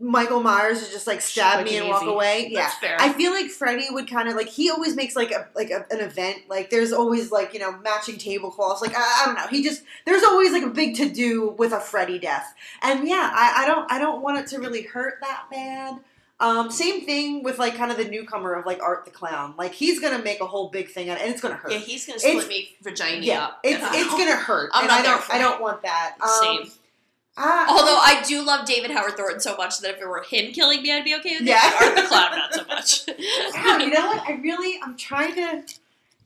Speaker 7: Michael Myers to just like stab
Speaker 8: Like
Speaker 7: me
Speaker 8: it
Speaker 7: and walk
Speaker 8: easy.
Speaker 7: away. Yeah,
Speaker 8: That's fair.
Speaker 7: I feel like Freddy would kind of like he always makes like a like a, an event. Like there's always like you know matching tablecloths. Like I, I don't know. He just there's always like a big to do with a Freddy death. And yeah, I, I don't I don't want it to really hurt that bad. Um, same thing with like kind of the newcomer of like Art the Clown. Like he's gonna make a whole big thing out, and it's gonna hurt.
Speaker 8: yeah, he's gonna
Speaker 7: It's-
Speaker 8: split me vagina
Speaker 7: Yeah,
Speaker 8: up.
Speaker 7: it's it's gonna hurt,
Speaker 8: I'm
Speaker 7: and
Speaker 8: not
Speaker 7: I
Speaker 8: there
Speaker 7: don't
Speaker 8: for
Speaker 7: I
Speaker 8: it.
Speaker 7: don't want that. Um,
Speaker 8: Same.
Speaker 7: I-
Speaker 8: Although I do love David Howard Thornton so much that if it were him killing me, I'd be okay with it.
Speaker 7: Yeah.
Speaker 8: But Art the Clown, not so much.
Speaker 7: Wow, you know what? I really, I'm trying to,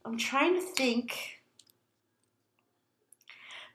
Speaker 7: I'm trying to think.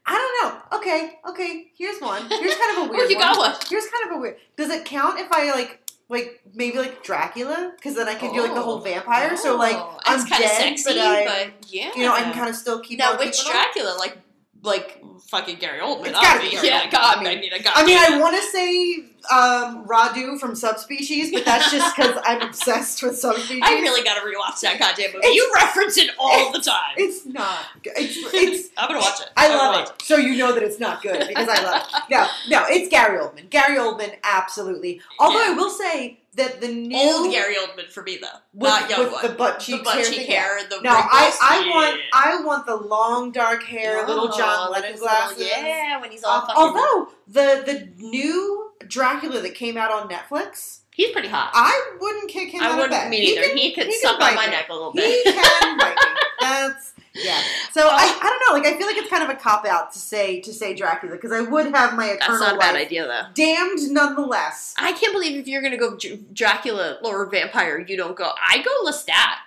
Speaker 7: I don't know. Okay, okay. Here's one. Here's kind of a
Speaker 8: Oh,
Speaker 7: weird.
Speaker 8: you got one.
Speaker 7: Here's kind of a weird. Does it count if I like, like maybe like Dracula? Because then I could do like the whole
Speaker 8: Oh.
Speaker 7: vampire. So like,
Speaker 8: Oh,
Speaker 7: I'm
Speaker 8: it's kinda
Speaker 7: dead,
Speaker 8: sexy,
Speaker 7: but I,
Speaker 8: yeah,
Speaker 7: you know, I can kind of still keep.
Speaker 8: now
Speaker 7: on
Speaker 8: which
Speaker 7: keeping on.
Speaker 8: Dracula, like like fucking Gary Oldman.
Speaker 7: It's gotta be
Speaker 8: obviously.
Speaker 7: Gary
Speaker 8: yeah,
Speaker 7: Oldman.
Speaker 8: God,
Speaker 7: I
Speaker 8: I
Speaker 7: mean-
Speaker 8: mean, I got.
Speaker 7: I mean, I want to say um, Radu from Subspecies, but that's just because I'm obsessed with Subspecies.
Speaker 8: I really gotta rewatch that goddamn movie. You reference it all the time.
Speaker 7: It's not. good. It's it's
Speaker 8: I'm gonna watch it.
Speaker 7: I
Speaker 8: I'm gonna watch
Speaker 7: love it. So you know that it's not good because I love it. No, no, it's Gary Oldman. Gary Oldman, absolutely. Although I
Speaker 8: Yeah.
Speaker 7: will say that the new
Speaker 8: Old Gary Oldman for me though,
Speaker 7: with,
Speaker 8: not young
Speaker 7: with
Speaker 8: one.
Speaker 7: the butt cheeks,
Speaker 8: the butt
Speaker 7: thing,
Speaker 8: cheek hair, the
Speaker 7: yeah. No, I,
Speaker 8: wrinkles.
Speaker 7: I
Speaker 8: Yeah,
Speaker 7: want
Speaker 8: yeah, yeah.
Speaker 7: I want the long dark hair, little John
Speaker 8: with
Speaker 7: Lennon
Speaker 8: his little-
Speaker 7: glasses.
Speaker 8: yeah, when he's all
Speaker 7: Uh,
Speaker 8: fucking.
Speaker 7: although the the new Dracula that came out on Netflix,
Speaker 8: he's pretty hot.
Speaker 7: I wouldn't kick him
Speaker 8: I
Speaker 7: out of bed.
Speaker 8: wouldn't me
Speaker 7: He
Speaker 8: either.
Speaker 7: can-
Speaker 8: He could
Speaker 7: he can
Speaker 8: suck
Speaker 7: bite
Speaker 8: on my
Speaker 7: me.
Speaker 8: neck a little
Speaker 7: He
Speaker 8: bit.
Speaker 7: can bite me. That's yeah. So I, I don't know. Like I feel like it's kind of a cop out to say to say Dracula because I would have my eternal
Speaker 8: That's not a bad
Speaker 7: life.
Speaker 8: idea though.
Speaker 7: Damned nonetheless.
Speaker 8: I can't believe if you're gonna go Dr- Dracula or vampire, you don't go. I go Lestat.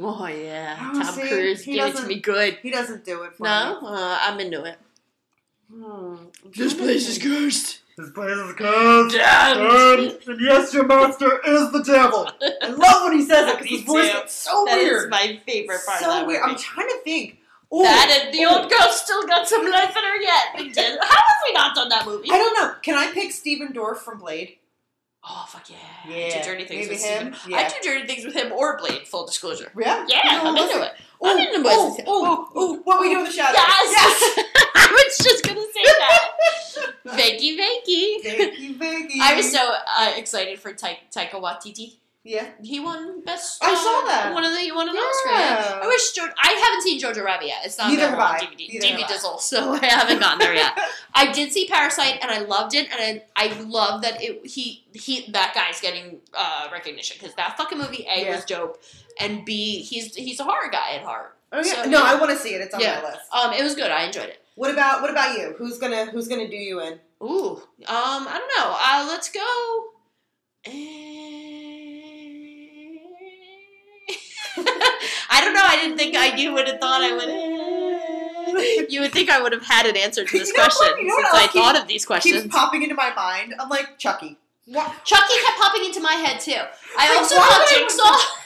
Speaker 8: Oh yeah,
Speaker 7: Oh,
Speaker 8: Tom
Speaker 7: see,
Speaker 8: Cruise,
Speaker 7: he
Speaker 8: give it to
Speaker 7: doesn't-
Speaker 8: me good.
Speaker 7: He doesn't do it for
Speaker 8: No, uh, I'm into it.
Speaker 7: me. Hmm.
Speaker 8: This place is cursed.
Speaker 7: This place is cursed.
Speaker 8: Damn.
Speaker 7: and yes, your master is the devil. I love when he says it because
Speaker 8: Me
Speaker 7: his voice
Speaker 8: too.
Speaker 7: gets so
Speaker 8: That
Speaker 7: weird.
Speaker 8: is my favorite part.
Speaker 7: so
Speaker 8: of that
Speaker 7: weird.
Speaker 8: Movie.
Speaker 7: I'm trying to think. Ooh,
Speaker 8: that and the
Speaker 7: ooh.
Speaker 8: old ghost still got some life in her yet. We did. How have we not done that movie?
Speaker 7: I don't know. Can I pick Steven Dorff from Blade?
Speaker 8: Oh fuck yeah! I
Speaker 7: Yeah.
Speaker 8: do dirty things
Speaker 7: Maybe
Speaker 8: with
Speaker 7: him?
Speaker 8: Steven. I
Speaker 7: Yeah.
Speaker 8: do dirty things with him or Blade. Full disclosure.
Speaker 7: Yeah.
Speaker 8: Yeah,
Speaker 7: No,
Speaker 8: I'm
Speaker 7: listen.
Speaker 8: into it. I'm
Speaker 7: Ooh,
Speaker 8: into both.
Speaker 7: ooh, ooh, "Oh, ooh. What we do in the shadows?
Speaker 8: Yes, I was just gonna say that. Vanky, vanky.
Speaker 7: Thank you, Biggie.
Speaker 8: I was so uh, excited for Ta- Taika Waititi.
Speaker 7: yeah.
Speaker 8: He won best.
Speaker 7: I
Speaker 8: uh,
Speaker 7: saw that.
Speaker 8: one of the one of the
Speaker 7: Yeah.
Speaker 8: Oscar. yeah. I wish jo- I haven't seen Jojo Rabbit yet. It's not
Speaker 7: Neither
Speaker 8: available on
Speaker 7: have I.
Speaker 8: DVD.
Speaker 7: Neither
Speaker 8: DVD
Speaker 7: have I.
Speaker 8: Dizzle, so I haven't gotten there yet. I did see Parasite and I loved it, and I, I love that it he he that guy's getting uh, recognition because that fucking movie A
Speaker 7: Yeah.
Speaker 8: was dope, and B he's he's a horror guy at heart.
Speaker 7: Oh, yeah.
Speaker 8: So-
Speaker 7: no, I want to see it. It's on
Speaker 8: Yeah.
Speaker 7: my list.
Speaker 8: Um, it was good. I enjoyed it.
Speaker 7: What about what about you? Who's gonna who's gonna do you in?
Speaker 8: Ooh, um, I don't know. Uh, let's go. I don't know. I didn't think I you would have thought I would. You would think I would have had an answer to this
Speaker 7: You know what?
Speaker 8: question
Speaker 7: You know what
Speaker 8: since I
Speaker 7: else keeps-
Speaker 8: thought of these questions.
Speaker 7: Keeps popping into my mind. I'm like Chucky. What?
Speaker 8: Chucky kept popping into my head too. I
Speaker 7: Like,
Speaker 8: also
Speaker 7: why
Speaker 8: thought
Speaker 7: would I-
Speaker 8: Jigsaw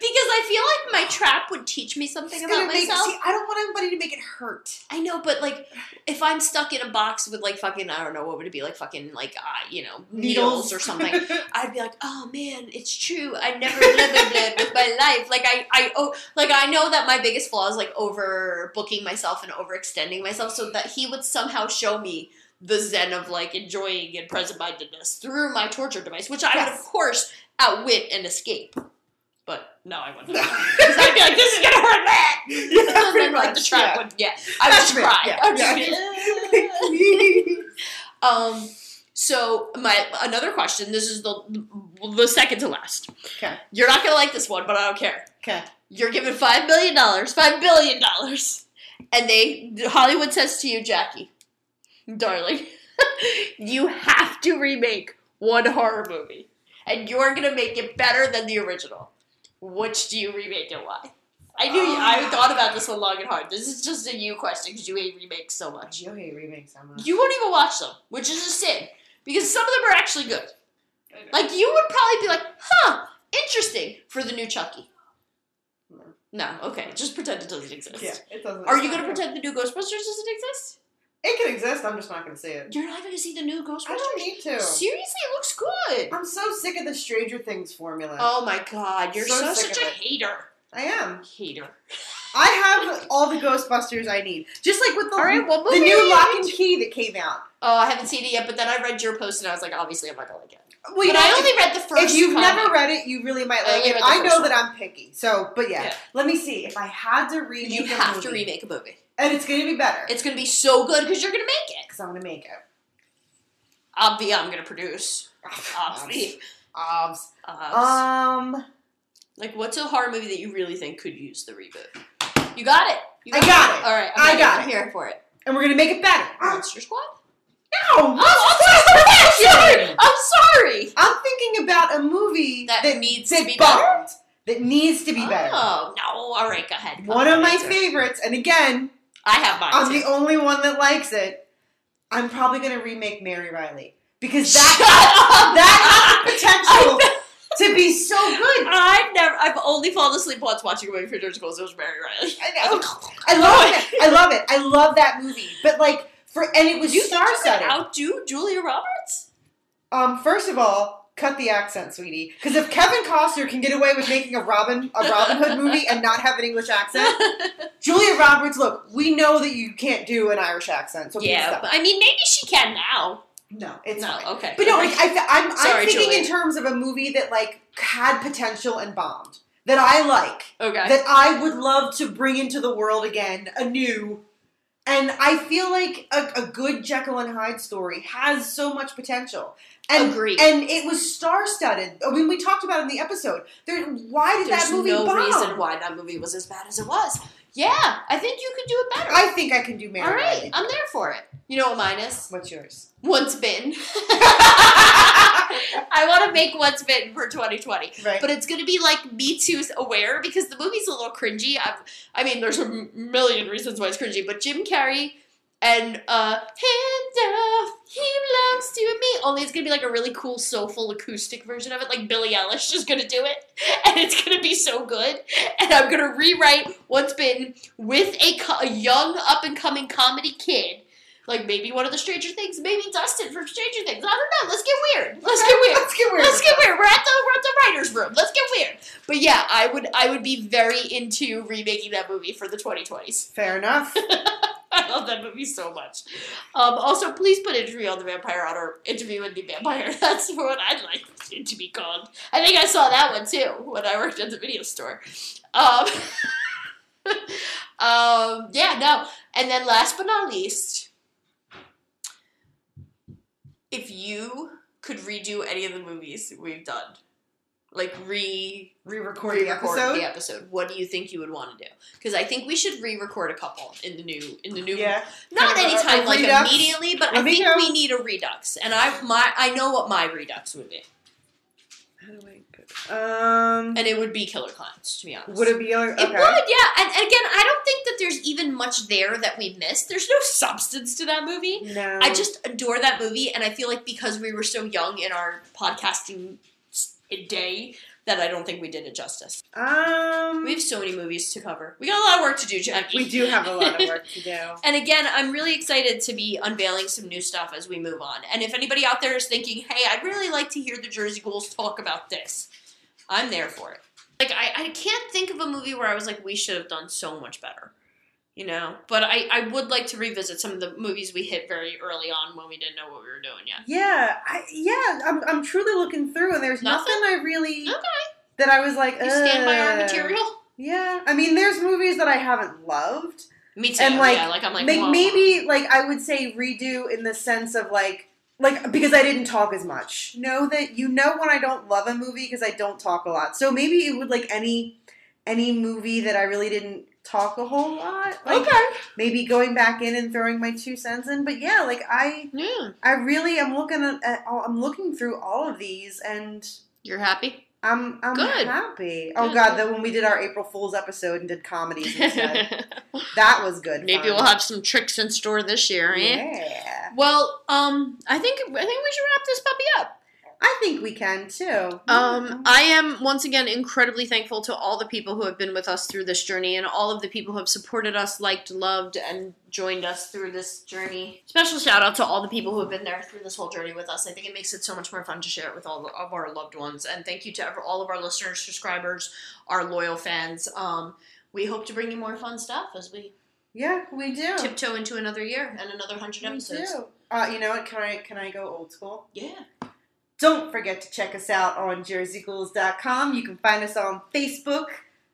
Speaker 8: because I feel like my trap would teach me something
Speaker 7: It's
Speaker 8: about
Speaker 7: gonna make,
Speaker 8: myself.
Speaker 7: see, I don't want anybody to make it hurt.
Speaker 8: I know, but like, if I'm stuck in a box with like fucking, I don't know, what would it be like, fucking, like, uh, you know, needles or something, I'd be like, oh man, it's true. I never blah blah blah with my life. Like I, I, oh, like I know that my biggest flaw is like overbooking myself and overextending myself, so that he would somehow show me the zen of like enjoying and present mindedness through my torture device, which I would of
Speaker 7: Yes.
Speaker 8: course outwit and escape. But no, I wouldn't. Because I'd be like, this is gonna hurt that. and
Speaker 7: pretty
Speaker 8: then, like, the
Speaker 7: much,
Speaker 8: trap
Speaker 7: yeah.
Speaker 8: would, yeah. I would
Speaker 7: That's
Speaker 8: just
Speaker 7: right,
Speaker 8: cry.
Speaker 7: yeah,
Speaker 8: I would
Speaker 7: yeah.
Speaker 8: just be, "Ah." Um, so my another question. This is the the second to last.
Speaker 7: Okay.
Speaker 8: You're not gonna like this one, but I don't care.
Speaker 7: Okay.
Speaker 8: You're given five million dollars, five billion dollars, and they Hollywood says to you, Jackie, darling, you have to remake one horror movie, and you're gonna make it better than the original. Which do you remake and why? I knew you, I thought about this one long and hard. This is just a you question because you hate remakes so much.
Speaker 7: You hate remakes uh, so much.
Speaker 8: You won't even watch them, which is a sin because some of them are actually good. Like you would probably be like, "Huh, interesting" for the new Chucky.
Speaker 7: No.
Speaker 8: No, okay, just pretend it doesn't exist.
Speaker 7: Yeah, it doesn't.
Speaker 8: Are you gonna pretend the new Ghostbusters doesn't exist?
Speaker 7: It can exist. I'm just not gonna see it.
Speaker 8: You're not gonna see the new
Speaker 7: I
Speaker 8: Ghostbusters.
Speaker 7: don't need to.
Speaker 8: Seriously, it looks good.
Speaker 7: I'm so sick of the Stranger Things formula.
Speaker 8: Oh my god, you're so,
Speaker 7: So sick
Speaker 8: such a
Speaker 7: of it.
Speaker 8: hater.
Speaker 7: I am.
Speaker 8: Hater.
Speaker 7: I have all the Ghostbusters I need. Just like with the,
Speaker 8: All right, what movie?
Speaker 7: the
Speaker 8: are
Speaker 7: new
Speaker 8: you
Speaker 7: Lock
Speaker 8: into?
Speaker 7: and Key that came out.
Speaker 8: Oh, I haven't seen it yet, but then I read your post and I was like, obviously, I'm not gonna like it.
Speaker 7: Well, you
Speaker 8: but
Speaker 7: know,
Speaker 8: I only read the
Speaker 7: if,
Speaker 8: first.
Speaker 7: if you've
Speaker 8: comic.
Speaker 7: never read it, you really might
Speaker 8: I
Speaker 7: like
Speaker 8: only
Speaker 7: it.
Speaker 8: read the
Speaker 7: I know
Speaker 8: first
Speaker 7: that I'm picky. So, but yeah.
Speaker 8: Yeah.
Speaker 7: Let me see. If I had to remake
Speaker 8: you
Speaker 7: a
Speaker 8: have to
Speaker 7: movie-
Speaker 8: remake a movie.
Speaker 7: And it's going to be better.
Speaker 8: It's gonna be so good because you're gonna make it.
Speaker 7: Because I'm going to make it.
Speaker 8: Obvi, I'm gonna produce. Obvi.
Speaker 7: Obs.
Speaker 8: Obs.
Speaker 7: Um,
Speaker 8: like, what's a horror movie that you really think could use the reboot? You got it. You
Speaker 7: I got it.
Speaker 8: All right,
Speaker 7: I
Speaker 8: I'm
Speaker 7: got
Speaker 8: I'm
Speaker 7: it.
Speaker 8: here for it.
Speaker 7: and we're going to make it better. No!
Speaker 8: Monster Squad.
Speaker 7: I'm
Speaker 8: Oh, I'm sorry.
Speaker 7: sorry.
Speaker 8: I'm sorry.
Speaker 7: I'm thinking about a movie
Speaker 8: That
Speaker 7: that,
Speaker 8: needs
Speaker 7: that
Speaker 8: to be
Speaker 7: bombed, That needs to be better.
Speaker 8: Oh no! All right, go ahead.
Speaker 7: One of my
Speaker 8: favorites.
Speaker 7: favorites, and again,
Speaker 8: I have mine.
Speaker 7: I'm
Speaker 8: too.
Speaker 7: the only one that likes it. I'm probably going to remake Mary Riley because
Speaker 8: Shut
Speaker 7: that
Speaker 8: up.
Speaker 7: that has the potential to be so good.
Speaker 8: I've never. I've only fallen asleep once watching a movie for George Coles. It was Mary Riley.
Speaker 7: I know. I love it. I love it. I love that movie. But like for and it was
Speaker 8: You
Speaker 7: star
Speaker 8: think
Speaker 7: setting.
Speaker 8: out do Julia Roberts?
Speaker 7: Um, first of all, cut the accent, sweetie. Because if Kevin Costner can get away with making a Robin a Robin Hood movie and not have an English accent, Julia Roberts, look, we know that you can't do an Irish accent. So please
Speaker 8: yeah,
Speaker 7: stop.
Speaker 8: but, I mean maybe she can now.
Speaker 7: no, it's
Speaker 8: no,
Speaker 7: not.
Speaker 8: okay.
Speaker 7: But no, like I, th- I'm,
Speaker 8: Sorry,
Speaker 7: I'm thinking
Speaker 8: Julie.
Speaker 7: in terms of a movie that like had potential and bombed that I like
Speaker 8: okay.
Speaker 7: that I would love to bring into the world again anew. And I feel like a, a good Jekyll and Hyde story has so much potential. And,
Speaker 8: Agreed.
Speaker 7: And it was star-studded. I mean, we talked about it in the episode. There, why did
Speaker 8: There's
Speaker 7: that movie
Speaker 8: no
Speaker 7: bomb?
Speaker 8: reason why that movie was as bad as it was. Yeah, I think you could do it better.
Speaker 7: I think I can do Mary.
Speaker 8: All right,
Speaker 7: Riley.
Speaker 8: I'm there for it. You know what mine is?
Speaker 7: What's yours?
Speaker 8: Once bitten. I want to make once bitten for 2020.
Speaker 7: Right.
Speaker 8: But it's going to be like Me Too's aware because the movie's a little cringy. i I mean, there's a m- million reasons why it's cringy, but Jim Carrey and uh, hand off, he belongs to me. Only it's going to be like a really cool, soulful, acoustic version of it. Like Billie Eilish is going to do it, and it's going to be so good. And I'm going to rewrite what's been with a, co- a young, up and coming comedy kid. Like maybe one of the Stranger Things, maybe Dustin from Stranger Things. I don't know. Let's get weird. Let's get weird.
Speaker 7: Let's get weird.
Speaker 8: Let's get weird. We're at the we're at the writers' room. Let's get weird. But yeah, I would I would be very into remaking that movie for the 2020s.
Speaker 7: Fair enough.
Speaker 8: I love that movie so much. Um, also, please put interview on the vampire on or interview with the vampire. That's what I'd like it to be called. I think I saw that one too when I worked at the video store. Um, um, yeah, no. And then last but not least, if you could redo any of the movies we've done, like re
Speaker 7: Re-record the
Speaker 8: re-record
Speaker 7: episode.
Speaker 8: the episode, what do you think you would want to do? Because I think we should re-record a couple in the new in the new
Speaker 7: Yeah.
Speaker 8: not
Speaker 7: Kind of a-
Speaker 8: anytime
Speaker 7: a
Speaker 8: like
Speaker 7: redux.
Speaker 8: immediately, but I
Speaker 7: Let me
Speaker 8: think
Speaker 7: know.
Speaker 8: we need a redux. And I my I know what my redux would be.
Speaker 7: How do I put- Um.
Speaker 8: And it would be killer clowns, to be honest.
Speaker 7: Would it be other? Okay.
Speaker 8: It would, yeah. And, and again, I don't think that there's even much there that we missed. There's no substance to that movie.
Speaker 7: No.
Speaker 8: I just adore that movie, and I feel like because we were so young in our podcasting s- day, that I don't think we did it justice.
Speaker 7: Um,
Speaker 8: We have so many movies to cover. We got a lot of work to do, Jackie.
Speaker 7: we do have a lot of work to do.
Speaker 8: And again, I'm really excited to be unveiling some new stuff as we move on. And if anybody out there is thinking, hey, I'd really like to hear the Jersey Ghouls talk about this, I'm there for it. Like, I, I can't think of a movie where I was like, we should have done so much better, you know? But I, I would like to revisit some of the movies we hit very early on when we didn't know what we were doing yet.
Speaker 7: Yeah, I, yeah, I'm, I'm truly looking through, and there's nothing,
Speaker 8: Nothing?
Speaker 7: I really
Speaker 8: Okay.
Speaker 7: that I was like.
Speaker 8: You stand by our
Speaker 7: "Ugh."
Speaker 8: material?
Speaker 7: Yeah, I mean, there's movies that I haven't loved.
Speaker 8: Me too.
Speaker 7: And, like,
Speaker 8: yeah, like I'm like,
Speaker 7: Like,
Speaker 8: whoa.
Speaker 7: maybe like I would say redo in the sense of like like because I didn't talk as much. Know that you know when I don't love a movie because I don't talk a lot. So maybe it would like any any movie that I really didn't talk a whole lot. Like
Speaker 8: okay.
Speaker 7: maybe going back in and throwing my two cents in. But yeah, like I
Speaker 8: Yeah.
Speaker 7: I really am looking at, at all, I'm looking through all of these and
Speaker 8: You're happy?
Speaker 7: I'm I'm
Speaker 8: Good.
Speaker 7: happy. Oh
Speaker 8: Good.
Speaker 7: god, that when we did our April Fools episode and did comedies instead, that was good.
Speaker 8: maybe
Speaker 7: fun.
Speaker 8: we'll have some tricks in store this year, eh?
Speaker 7: Yeah,
Speaker 8: Well, um, I think I think we should wrap this puppy up.
Speaker 7: I think we can too.
Speaker 8: Um, I am once again incredibly thankful to all the people who have been with us through this journey, and all of the people who have supported us, liked, loved, and joined us through this journey. Special shout out to all the people who have been there through this whole journey with us. I think it makes it so much more fun to share it with all of our loved ones, and thank you to ever, all of our listeners, subscribers, our loyal fans. Um, we hope to bring you more fun stuff as we
Speaker 7: yeah, we do.
Speaker 8: tiptoe into another year and another hundred
Speaker 7: We
Speaker 8: episodes.
Speaker 7: do. Uh, you know what? Can I can I go old school?
Speaker 8: Yeah.
Speaker 7: Don't forget to check us out on jerseyghouls.com. You can find us on Facebook.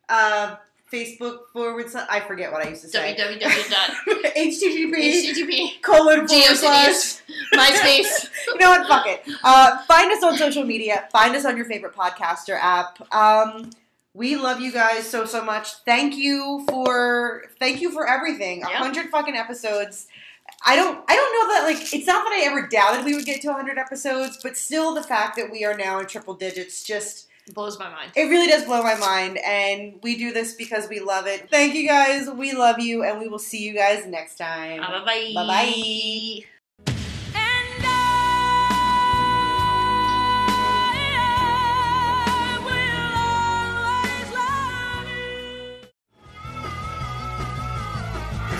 Speaker 7: Uh, Facebook forward slash. I forget what I used to say.
Speaker 8: www.
Speaker 7: HTTP
Speaker 8: HTTP.
Speaker 7: colon forward slash.
Speaker 8: GeoCities, MySpace.
Speaker 7: you know what? Fuck it. Uh, find us on social media. Find us on your favorite podcaster app. Um, we love you guys so so much. Thank you for thank you for everything. A
Speaker 8: Yeah.
Speaker 7: hundred fucking episodes. I don't I don't know that like it's not that I ever doubted we would get to hundred episodes, but still the fact that we are now in triple digits just
Speaker 8: Blows my mind.
Speaker 7: it really does blow my mind. And we do this because we love it. Thank you guys. We love you, and we will see you guys next time.
Speaker 8: Bye bye.
Speaker 7: Bye-bye.